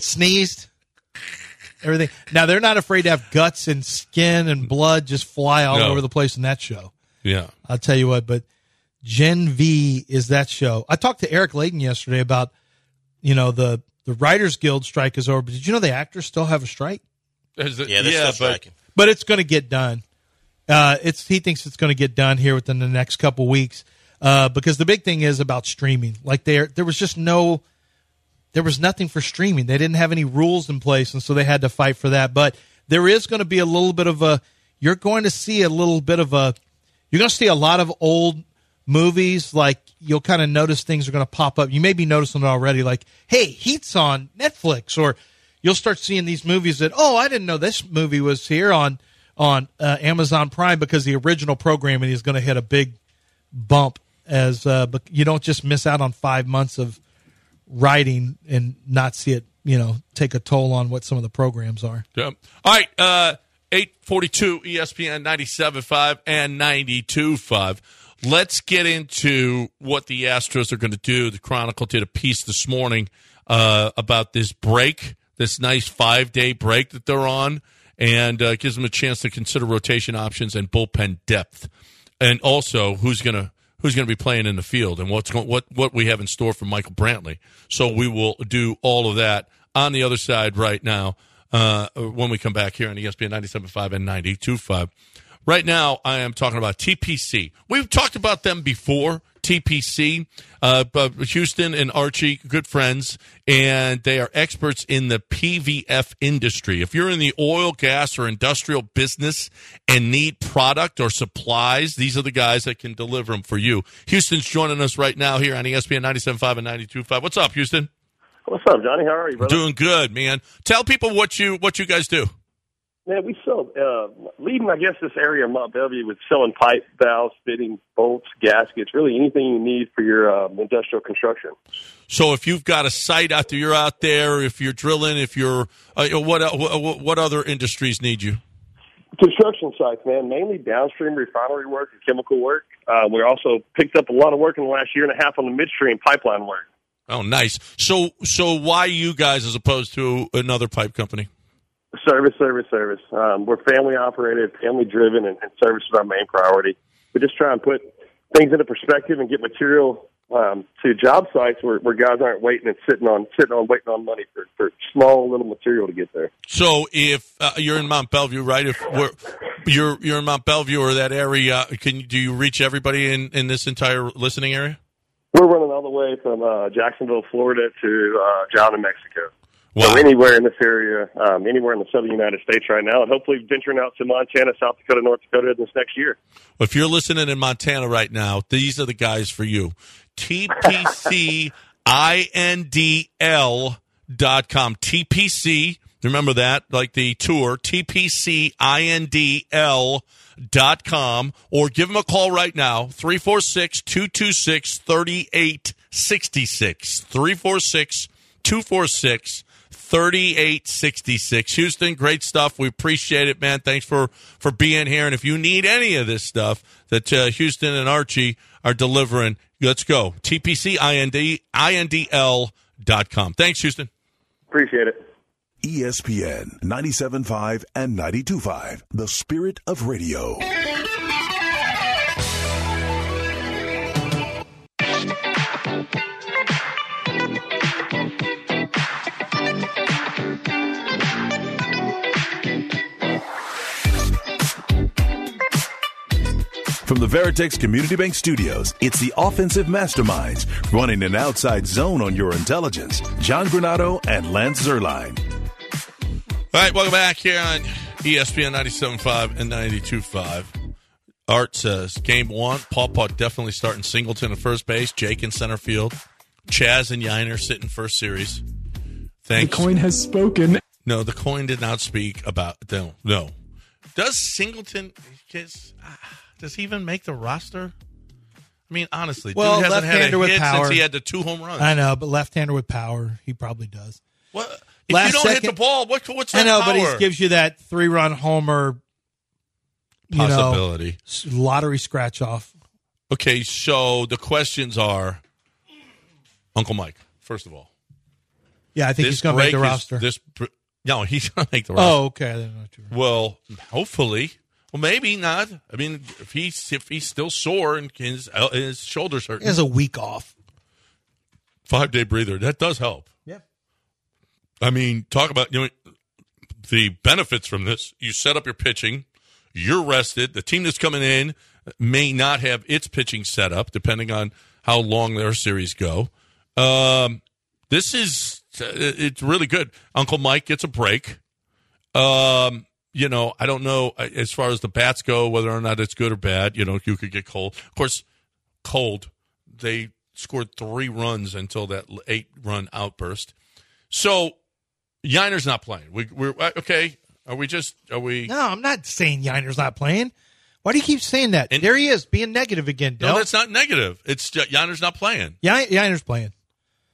C: sneezed, everything. Now they're not afraid to have guts and skin and blood just fly all
B: No.
C: over the place in that show.
B: Yeah.
C: I'll tell you what, but Gen V is that show. I talked to Eric Layton yesterday about, you know, the the Writers Guild strike is over, but did you know the actors still have a strike?
B: Is it-
D: Yeah, they're still
B: but
D: striking.
C: But it's going to get done. Uh, it's he thinks it's going to get done here within the next couple weeks uh, because the big thing is about streaming. Like there, there was just no, there was nothing for streaming. They didn't have any rules in place, and so they had to fight for that. But there is going to be a little bit of a. You're going to see a little bit of a. You're going to see a lot of old movies. Like you'll kind of notice things are going to pop up. You may be noticing it already. Like, hey, Heat's on Netflix, or you'll start seeing these movies that oh, I didn't know this movie was here on on uh, Amazon Prime because the original programming is going to hit a big bump as uh, bec- you don't just miss out on five months of writing and not see it, you know, take a toll on what some of the programs are.
B: Yep. All right. Uh, E 842 ESPN 97.5 and 92.5. Let's get into what the Astros are going to do. The Chronicle did a piece this morning uh, about this break, this nice five day break that they're on, and uh, gives them a chance to consider rotation options and bullpen depth. And also, who's going to who's going to be playing in the field and what's going, what what we have in store for Michael Brantley. So we will do all of that on the other side right now uh, when we come back here on E ESPN 97.5 and 92.5. Right now, I am talking about TPC. We've talked about them before. TPC, uh, but Houston and Archie, good friends, and they are experts in the PVF industry. If you're in the oil, gas, or industrial business and need product or supplies, these are the guys that can deliver them for you. Houston's joining us right now here on E ESPN 97.5 and 92.5. What's up, Houston?
F: What's up, Johnny? How are you, brother?
B: Doing good, man. Tell people what you what you guys do.
F: Man, we sell uh, leading. I guess this area of Mount Bellevue with selling pipe, valves, fittings, bolts, gaskets, really anything you need for your um, industrial construction.
B: So if you've got a site out there, you're out there. If you're drilling, if you're uh, what, what what other industries need you?
F: Construction sites, man, mainly downstream refinery work and chemical work. Uh, we also picked up a lot of work in the last year and a half on the midstream pipeline work.
B: Oh, nice. So so why you guys as opposed to another pipe company?
F: Service, service, service. Um, we're family operated, family driven, and, and service is our main priority. We just try and put things into perspective and get material um, to job sites where, where guys aren't waiting and sitting on sitting on waiting on money for, for small little material to get there.
B: So if uh, you're in Mount Bellevue, right? If we're, you're you're in Mount Bellevue or that area, uh, can you, do you reach everybody in in this entire listening area?
F: We're running all the way from uh, Jacksonville, Florida, to uh, John in Mexico.
B: Wow.
F: So anywhere in this area, um, anywhere in the southern United States right now, and hopefully venturing out to Montana, South Dakota, North Dakota this next year.
B: If you're listening in Montana right now, these are the guys for you. TPCINDL dot com. TPC, remember that, like the tour, TPCINDL dot com, or give them a call right now, 346 226 3866. 346 246 3866. Houston, great stuff. We appreciate it, man. Thanks for, for being here. And if you need any of this stuff that uh, Houston and Archie are delivering, let's go. TPCINDL.com. Thanks, Houston.
F: Appreciate it.
A: E ESPN 97.5 and 92.5, the spirit of radio. From the Veritex Community Bank Studios, it's the offensive masterminds running an outside zone on your intelligence. John Granado and Lance Zerline.
B: All right, welcome back here on E ESPN 97.5 and 92.5. Art says, game one, Paw Paw definitely starting Singleton at first base, Jake in center field, Chaz and Yiner sitting first series. Thanks.
J: has spoken.
B: no, the coin did not speak about, no, no. Does Singleton, does, ah, does he even make the roster? I mean, honestly,
C: Well,
B: dude hasn't had
C: left-hander
B: a
C: with
B: hit
C: power.
B: since he had the two home runs.
C: I know, but left-hander with power, he probably does.
B: What? If you
C: Last
B: don't hit
C: second-
B: the ball, what, what's
C: I
B: that
C: know, but
B: power?
C: he gives you that three-run homer you know,
B: possibility.
C: s- lottery scratch off.
B: Okay, so the questions are Uncle Mike, first of all.
C: Yeah, I think he's going to make the
B: break is-
C: roster.
B: This br- no, he's going to make the roster.
C: oh, okay. I didn't know what you were-
B: Well, hopefully. Well, maybe not. I mean, if he's if he's still sore and his uh, his shoulders hurt,
C: He has a week off.
B: five day breather that does help.
C: Yeah.
B: I mean, talk about you know the benefits from this. You set up your pitching. You're rested. The team that's coming in may not have its pitching set up, depending on how long their series go. Um, this is uh, it's really good. Uncle Mike gets a break. Um, you know, I don't know uh, as far as the bats go whether or not it's good or bad. You know, you could get cold. Of course, cold. They scored three runs until that eight run outburst. So Yiner's not playing. We, we're uh, okay. Are we just? Are we?
C: No, I'm not saying Yiner's not playing. Why do you keep saying that?
B: And-
C: there he is, being negative again.
B: No,
C: Del.
B: that's not negative. It's just, Yiner's not playing.
C: Yin- Yiner's playing.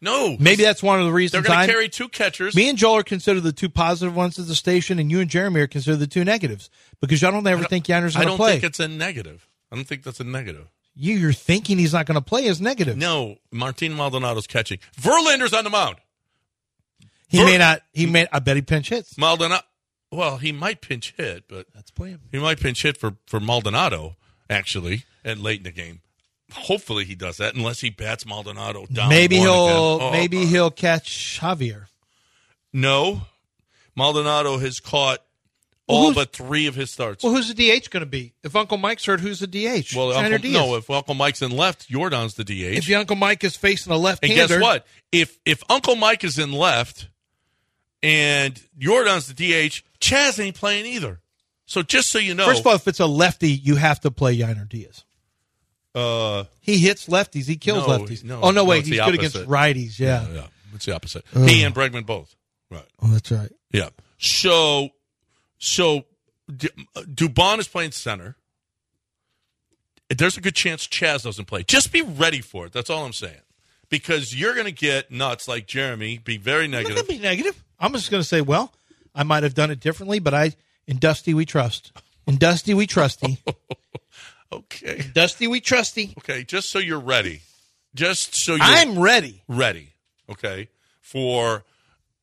B: No,
C: Maybe that's one of the
B: they're
C: reasons
B: going
C: I'm.
B: to carry two catchers.
C: me and Joel are considered the two positive ones at the station, and you and Jeremy are considered the two negatives because y'all don't ever think Yiner's
B: I
C: going to
B: don't
C: play.
B: think it's a negative. I don't think that's a negative.
C: you, you're thinking he's not going to play is negative.
B: No, Martin Maldonado's catching. Verlander's on the mound.
C: he
B: Ver-
C: may not. He may. I bet he pinch hits.
B: Maldonado. Well, he might pinch hit, but
C: Let's play him.
B: He might pinch hit for, for Maldonado, actually, and late in the game. Hopefully he does that, unless he bats Maldonado down.
C: Maybe
B: one
C: he'll.
B: again. Oh,
C: maybe
B: uh,
C: he'll catch Javier.
B: No, Maldonado has caught all
C: who's-
B: but three of his starts.
C: Well, who's the DH going to be? If Uncle Mike's hurt, who's the DH?
B: well,
C: Tanner
B: Uncle,
C: Diaz.
B: no, if Uncle Mike's in left, Jordan's the DH.
C: if your Uncle Mike is facing a
B: and
C: left-hander,
B: guess what? If if Uncle Mike is in left, and Jordan's the DH, Chaz ain't playing either. So just so you know,
C: First of all, if it's a lefty, you have to play Yiner Diaz.
B: all, uh,
C: He hits lefties. He kills
B: No,
C: lefties.
B: no,
C: oh no,
B: no,
C: wait,
B: it's
C: he's
B: the
C: good
B: opposite.
C: against righties. Yeah.
B: yeah, it's the opposite. He and Bregman both. Right.
C: Oh, that's right.
B: Yeah. So, so D- Dubon is playing center. There's a good chance Chaz doesn't play. Just be ready for it. That's all I'm saying. Because you're going to get nuts like Jeremy, be very
C: I'm not gonna
B: negative.
C: be negative. I'm just gonna say, well, I might have done it differently, but I in Dusty we trust. In Dusty we trusty.
B: Okay.
C: Dusty we trusty.
B: Okay. Just so you're ready. Just so you're
C: I'm ready.
B: ready. Okay. For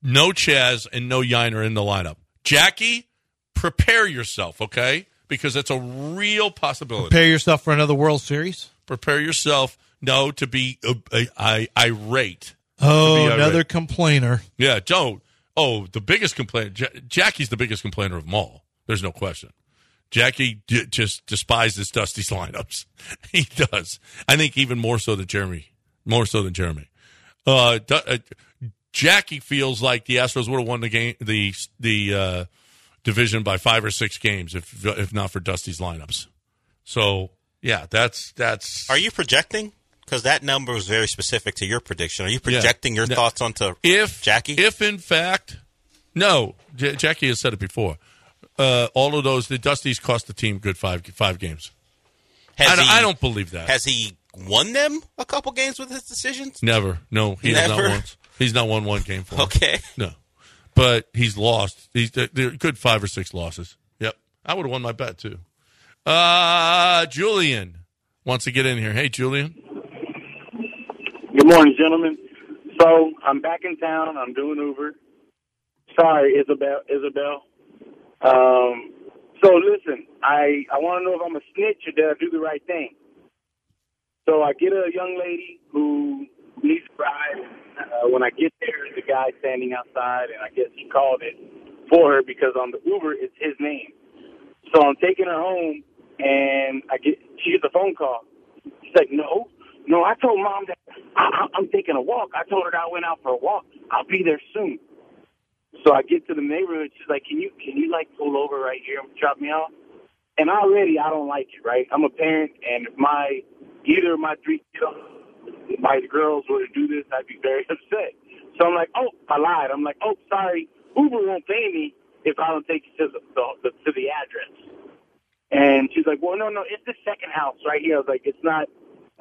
B: no Chaz and no Yiner in the lineup. Jackie, prepare yourself. Okay. Because it's a real possibility.
C: Prepare yourself for another World Series.
B: prepare yourself no to be uh, I, I, irate.
C: Oh,
B: irate.
C: another complainer.
B: Yeah, Joe. Oh, the biggest complaint. Ja- Jackie's the biggest complainer of them all. There's no question. Jackie j- just despises Dusty's lineups. He does. I think even more so than Jeremy. More so than Jeremy. Uh, Du- uh Jackie feels like the Astros would have won the game, the the uh, division by five or six games if if not for Dusty's lineups. So yeah, that's that's.
D: Are you projecting? Because that number was very specific to your prediction. Are you
B: Yeah.
D: projecting your
B: No.
D: thoughts onto
B: if
D: Jackie?
B: if in fact, no, J- Jackie has said it before. Uh, all of those, the Dusties cost the team good five five games.
D: Has
B: I, don't-
D: he-
B: I don't believe that.
D: Has he won them a couple games with his decisions?
B: Never, no, he has not
D: Never?
B: once. He's not won one game for. him.
D: Okay.
B: No, but he's lost. He's there there are good five or six losses. Yep, I would have won my bet too. Uh Julian wants to get in here. Hey, Julian.
K: Good morning, gentlemen. So I'm back in town. I'm doing Uber. Sorry, Isabel. Isabel. Um, so listen, I I want to know if I'm a snitch or did I do the right thing. So I get a young lady who needs a ride. Uh, when I get there, there's a guy standing outside, and I guess he called it for her because on the Uber it's his name. So I'm taking her home, and I get she gets a phone call. She's like, "No, no, I told mom that I, I- I'm taking a walk. I told her that I went out for a walk. I'll be there soon." So I get to the neighborhood. She's like, "Can you can you like pull over right here and drop me off?" And already I don't like it. Right? I'm a parent, and if my either of my three kids, my girls were to do this, I'd be very upset. So I'm like, "Oh, I lied." I'm like, "Oh, sorry. Uber won't pay me if I don't take you to the, the, to the address." And she's like, well, no, no, it's the second house right here. I was like, it's not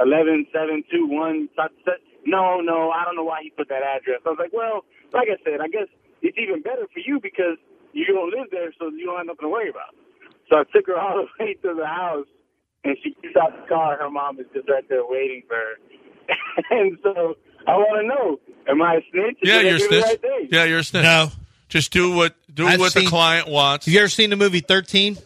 K: 11721. it's not the se- No, no, I don't know why he put that address. I was like, well, like I said, I guess it's even better for you because you don't live there, so you don't have nothing to worry about. So I took her all the way to the house, and she gets out the car. Her mom is just right there waiting for her. and so I want to know, am I a snitch?
B: Yeah,
K: Did I
B: you're a
K: do the
B: snitch.
K: right thing?
B: Yeah, you're a snitch.
C: No.
B: Just do what do
C: I've
B: what the
C: seen-
B: client wants.
C: Have you ever seen the movie Thirteen?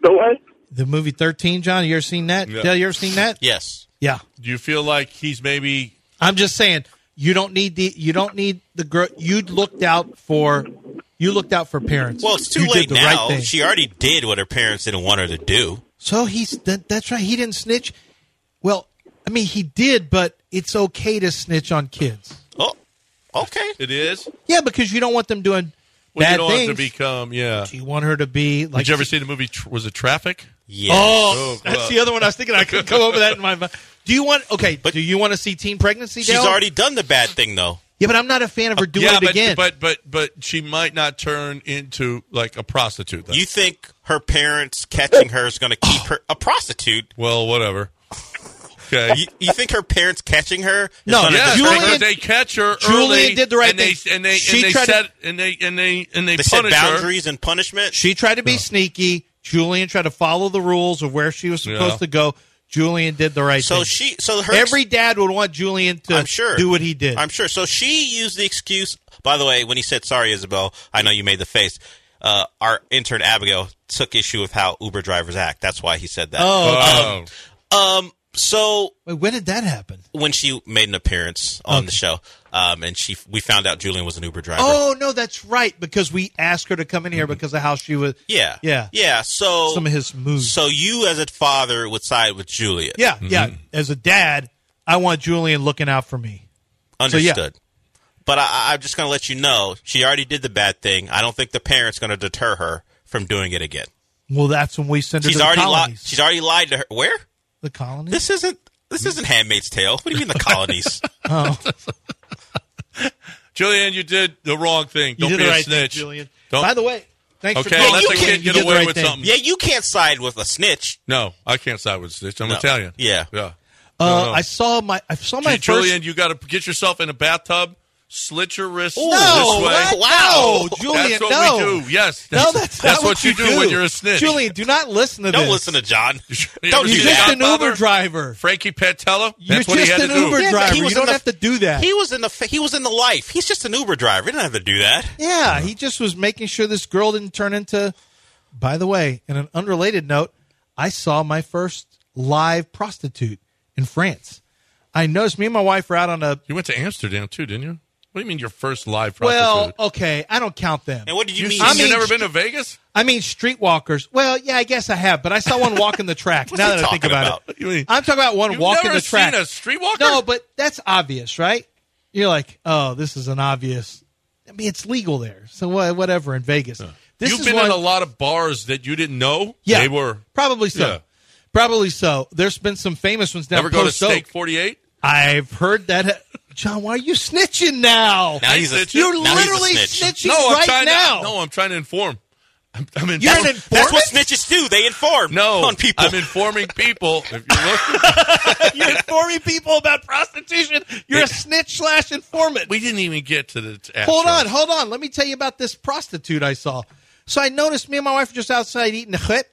K: The what?
C: The movie Thirteen, John. You ever seen that?
B: Yeah.
C: Dale, you ever seen that?
D: Yes.
C: Yeah.
B: Do you feel like he's maybe
C: I'm just saying you don't need the you don't need the girl. You looked out for you looked out for parents.
D: Well, it's too
C: You did
D: late
C: the
D: now.
C: right thing.
D: she already did what her parents didn't want her to do.
C: So he's that, that's right. He didn't snitch. Well, I mean he did, but it's okay to snitch on kids.
D: Oh, okay.
B: it is?
C: Yeah, because you don't want them doing
B: Well,
C: bad
B: you don't
C: things.
B: have to become. Yeah.
C: Do you want her to be like?
B: Did you ever see the movie? Tr- Was it Traffic?
D: Yes.
C: Oh,
B: Oh,
C: that's
B: fuck.
C: the other one I was thinking. I could come over that in my mind. Do you want? Okay,
D: But-
C: do you want to see teen pregnancy?
D: She's
C: Dale?
D: already done the bad thing, though.
C: Yeah, but I'm not a fan of her doing
B: Uh, yeah,
C: it
B: but,
C: again.
B: but but but she might not turn into like a prostitute. Then.
D: You think her parents catching her is going to keep her a prostitute?
B: well, whatever. Okay.
D: You, you think her parents catching her? Is
C: No,
D: gonna
B: Yes,
C: Julian-
B: because they catch her.
C: Julian
B: early,
C: did the right
B: and they,
C: thing.
B: and they
C: She
B: and they
C: tried to-
B: set and they and they and they,
D: They set
B: punish her.
D: boundaries and punishment.
C: she tried to be sneaky. Julian tried to follow the rules of where she was supposed
B: Yeah.
C: to go. Julian did the right
D: so
C: thing.
D: she, so her
C: Every dad would want Julian to
D: I'm sure.
C: do what he did.
D: I'm sure. So she used the excuse. By the way, when he said sorry, Isabel, I know you made the face. Uh, our intern Abigail took issue with how Uber drivers act. That's why he said that.
B: Oh.
D: Um. So
C: Wait, when did that happen?
D: when she made an appearance on the show, um, and she we found out Julian was an Uber driver.
C: Oh no, that's right. Because we asked her to come in here
B: Mm-hmm.
C: because of how she was.
D: yeah,
C: yeah.
D: yeah. So
C: Some of his moves.
D: So you, as a father, would side with Julian.
C: yeah, yeah.
B: Mm-hmm.
C: As a dad, I want Julian looking out for me. yeah.
D: Understood. But I- I, I'm just going to let you know she already did the bad thing. I don't think the parents going to deter her from doing it again.
C: Well, that's when we send her
D: She's
C: to the
D: already lied.
C: colonies.
D: She's already lied to her. Where?
C: the colonies.
D: This isn't.
C: Mm.
D: This isn't Handmaid's Tale. What do you mean the colonies?
B: Julian, you did the wrong thing. Don't
C: you did
B: be
C: the
B: a
C: right
B: snitch.
C: thing, Julian.
B: Don't-
C: By the way, thanks for
B: Okay,
C: calling.
D: let
C: You
D: the
C: did-
D: kid
C: you
B: get
C: did the
B: away
C: right
B: with
C: thing.
B: something.
D: yeah, you can't side with a snitch.
B: No, I can't side with snitch. I'm
D: No.
B: Italian.
D: Yeah.
B: Yeah.
C: Uh,
B: no.
C: I saw my I saw my
B: Ju-
C: first.
B: Uh-huh. Julian, you got to get yourself in a bathtub, slit your wrists
C: no,
B: this
C: what?
B: way.
D: Wow.
C: no, Julian,
B: that's what
C: no.
B: we do. Yes,
C: No, that's not
B: what, you do, when you're a snitch.
C: Julian, do not listen to
D: Don't
C: this.
D: listen to John.
B: You
D: Don't
B: ever
D: do
C: You're
B: see
C: just
D: that.
C: an Uber
B: Godfather?
C: driver.
B: Frankie Pantella. That's
C: You're
B: what he
C: just
B: had
C: an
B: to do.
C: Uber
D: Yeah, but
C: driver.
D: he
C: You
D: was
C: don't
D: in the-
C: have to do that.
D: He was in the fa- he was in the life. He's just an Uber driver. He didn't have to do that.
C: Yeah, he just was making sure this girl didn't turn into. By the way, in an unrelated note, I saw my first live prostitute in France. I noticed me and my wife were out on a.
B: You went to Amsterdam too, didn't you? What do you mean your first live
C: Well,
B: prostitute?
C: okay, I don't count them.
D: And what did you, mean?
B: you
C: I
B: have
C: mean-
B: never been to Vegas?
C: I mean streetwalkers. Well, yeah, I guess I have, but I saw one walking the track. now
D: he
C: that I think
D: talking
C: about,
D: about?
C: it,
B: What do you mean?
C: I'm talking about one
B: You've
C: walking
B: never
C: the track.
B: seen a streetwalker?
C: No, but that's obvious, right? You're like, oh, this is an obvious. I mean, it's legal there, so wha- whatever in Vegas. This
B: You've
C: is
B: been
C: one,
B: in a lot of bars that you didn't know.
C: Yeah,
B: they were.
C: probably so.
B: Yeah.
C: Probably so. There's been some famous ones down
B: Ever go to
C: Post Oak.
B: Steak Forty Eight?
C: I've heard that. John, why are you snitching now?
D: now he's a
B: snitch.
D: now
C: You're
D: he's a
C: literally
D: snitch.
C: snitching right
B: trying
C: now.
B: To, no, I'm trying to inform. I'm, I'm in-
D: You're an That's what snitches do. They inform
B: no,
D: on people.
B: I'm informing people. If you're looking,
C: You're informing people about prostitution. You're a snitch slash informant.
B: we didn't even get to the. t-
C: Hold
B: actual-
C: on, hold on. Let me tell you about this prostitute I saw. So I noticed me and my wife were just outside eating a chut,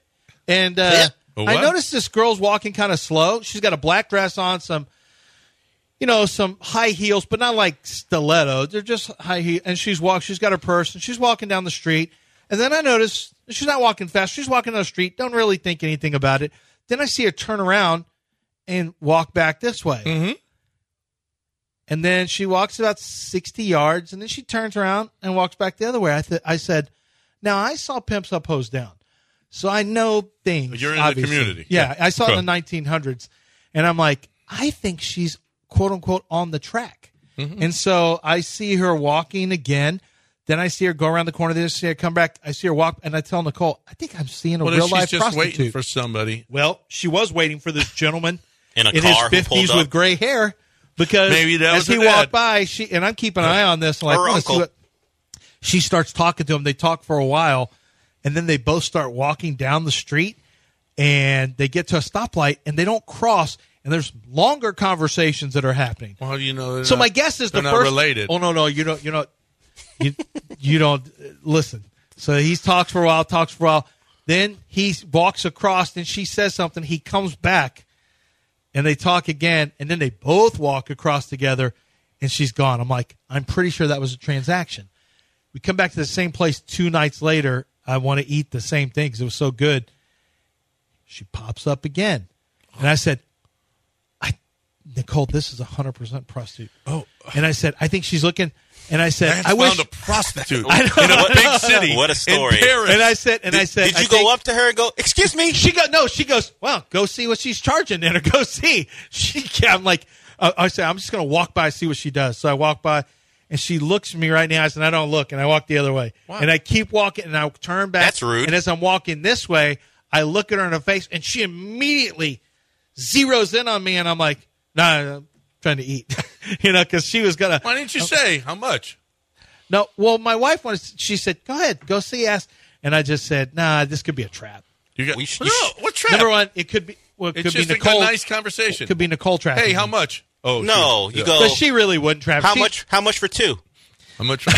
C: and uh,
B: A
C: I
B: what?
C: noticed this girl's walking kind of slow. She's got a black dress on, some, you know, some high heels, but not like stiletto. They're just high heels. And she's walk. She's got her purse, and she's walking down the street. And then I noticed she's not walking fast. She's walking down the street. Don't really think anything about it. Then I see her turn around and walk back this way.
B: Mm-hmm.
C: And then she walks about 60 yards and then she turns around and walks back the other way. I, th- I said, Now I saw Pimps Up, Hose Down. So I know things.
B: You're in the
C: obviously.
B: community.
C: Yeah,
B: Yeah.
C: I saw it
B: Cool.
C: in the 1900s. And I'm like, I think she's quote unquote on the track.
B: Mm-hmm.
C: And so I see her walking again. Then I see her go around the corner. Then I see her come back. I see her walk. And I tell Nicole, I think I'm seeing a
B: What if
C: real
B: she's
C: life
B: just
C: prostitute.
B: waiting for somebody?
C: well, she was waiting for this gentleman
D: in a
C: in his
D: car who pulled
C: fifties
D: up.
C: with gray hair because
B: Maybe that
C: as
B: was
C: he
B: her
C: walked
B: dad.
C: by, she and I'm keeping an eye on this. Like,
D: Her
C: "Let's
D: uncle."
C: see what-" she starts talking to him. They talk for a while, and then they both start walking down the street, and they get to a stoplight, and they don't cross. And there's longer conversations that are happening.
B: Well, you know. they're
C: So
B: not-
C: my guess is the
B: they're not
C: first
B: related.
C: Oh no, no, you don't, you don't, you, you don't uh, listen. So he talks for a while, talks for a while. Then he walks across, and she says something. He comes back, and they talk again, and then they both walk across together, and she's gone. I'm like, I'm pretty sure that was a transaction. We come back to the same place two nights later. I want to eat the same thing because it was so good. She pops up again, and I said, "I, Nicole, this is hundred percent prostitute." Oh, and I said, "I think she's looking." And I said,
B: Man's
C: "I wish."
B: found a prostitute
D: I
B: in
D: know.
B: a
D: What-
B: big city.
D: what a story.
B: In Paris.
C: and I said, and I said,
D: Did you
C: "I
D: go
C: think-
D: up to her and go, "Excuse me"?
C: She go no. She goes. Well, go see what she's charging, then, or go see. She. I'm like. Uh, I say I'm just gonna walk by see what she does. So I walk by, and she looks at me right in the eyes, and I don't look, and I walk the other way,
B: Wow.
C: and I keep walking, and I turn back.
D: That's rude.
C: And as I'm walking this way, I look at her in the face, and she immediately zeroes in on me, and I'm like, Nah, I'm trying to eat, you know, because she was gonna.
B: Why didn't you say how much?
C: No, well, my wife was. She said, "Go ahead, go see." Ask, and I just said, "Nah, this could be a trap."
B: You got
D: We sh-
B: no.
D: you sh-
B: what trap?
C: Number one, it could be. Well, it
B: It's
C: could
B: just
C: be
B: a good,
C: Nicole.
B: nice conversation.
C: Could be Nicole trap.
B: Hey, how much? Oh
D: No,
B: shoot.
D: you
B: Yeah.
D: go.
C: But she really wouldn't trap.
D: how
C: She-
D: much? How much for two?
B: How much? Me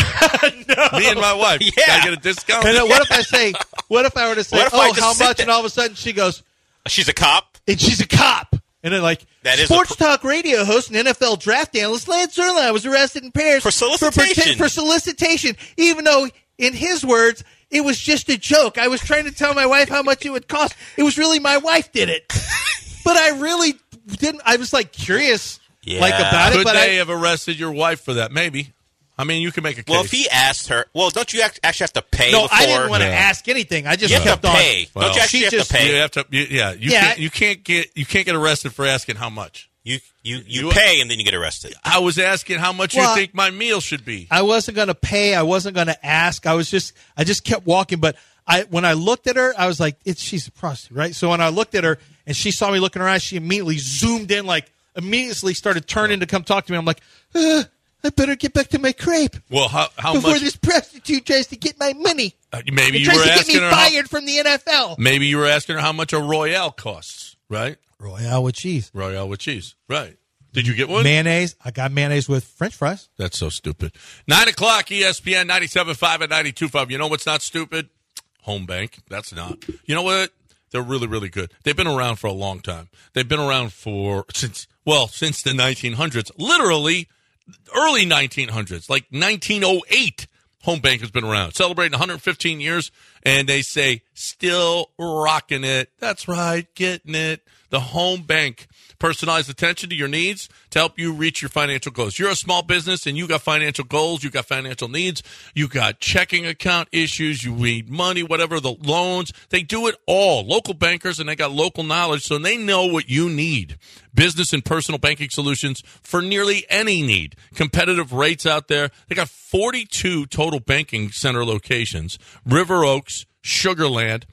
B: and my wife.
D: Yeah.
B: Gotta get a discount.
C: And then what if I say? What if I were to say,
D: What if I
C: "Oh,
D: just
C: how
D: sit
C: much?"
D: there?
C: And all of a sudden she goes,
D: She's a cop.
C: "And she's a cop." And then like
D: That is a
C: sports
D: pr-
C: talk radio host and NFL draft analyst Lance Erline was arrested in Paris
D: For solicitation.
C: pretend- for solicitation, even though in his words. It was just a joke. I was trying to tell my wife how much it would cost. It was really my wife did it, but I really didn't. I was like curious, like
D: Yeah.
C: about it.
B: Could
C: But I,
B: they have arrested your wife for that? Maybe. I mean, you can make a case.
D: Well, if he asked her, well, don't you act- actually have to pay?
C: No,
D: before?
C: I didn't want to
B: Yeah.
C: ask anything. I just
D: You have to
C: kept on.
D: pay. Don't
B: Well,
D: you actually
C: she
D: have
C: just-
D: to pay?
B: you have to. You, yeah, you
C: Yeah,
B: can't.
C: I-
B: You can't get. You can't get arrested for asking how much.
D: You you you,
B: You-
D: pay and then you get arrested.
B: I was asking how much
C: Well,
B: you think my meal should be.
C: I wasn't going to pay. I wasn't going to ask. I was just, I just kept walking. But I, when I looked at her, I was like, it's, she's a prostitute, right? So when I looked at her and she saw me looking around, she immediately zoomed in, like immediately started turning to come talk to me. I'm like, uh, I better get back to my crepe
B: well, how how
C: before
B: much?
C: this prostitute tries to get my money.
B: uh, maybe
C: and
B: you
C: tries
B: were
C: to get me
B: asking her. how-
C: fired from the NFL.
B: maybe you were asking her how much a royale costs, right?
C: Royale with cheese.
B: Royale with cheese, right? Did you get one?
C: Mayonnaise. I got mayonnaise with French fries.
B: That's so stupid. Nine o'clock, E ESPN 97.5 and 92.5. You know what's not stupid? Home Bank. That's not. You know what? They're really, really good. They've been around for a long time. They've been around for since, well, since the 1900s, literally early 1900s, like 1908. Home Bank has been around, celebrating 115 years, and they say still rocking it. That's right, getting it. The Home Bank. Personalized attention to your needs to help you reach your financial goals. You're a small business and you got financial goals, you got financial needs, you got checking account issues, you need money, whatever, the loans. They do it all. Local bankers and they got local knowledge, so they know what you need. Business and personal banking solutions for nearly any need. Competitive rates out there. They got 42 total banking center locations River Oaks, Sugarland,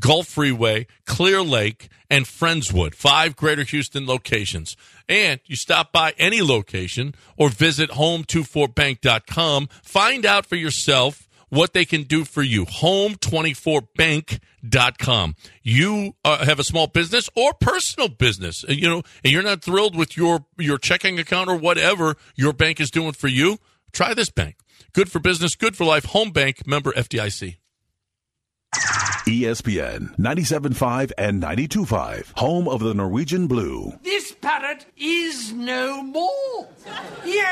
B: Gulf Freeway, Clear Lake, and Friendswood, five greater Houston locations. And you stop by any location or visit home24bank.com. Find out for yourself what they can do for you. Home24bank.com. You uh, have a small business or personal business, uh, you know, and you're not thrilled with your, your checking account or whatever your bank is doing for you. Try this bank. Good for business, good for life. Home Bank, member FDIC.
A: E ESPN 97.5 and 92.5, home of the Norwegian Blue.
H: This parrot is no more. He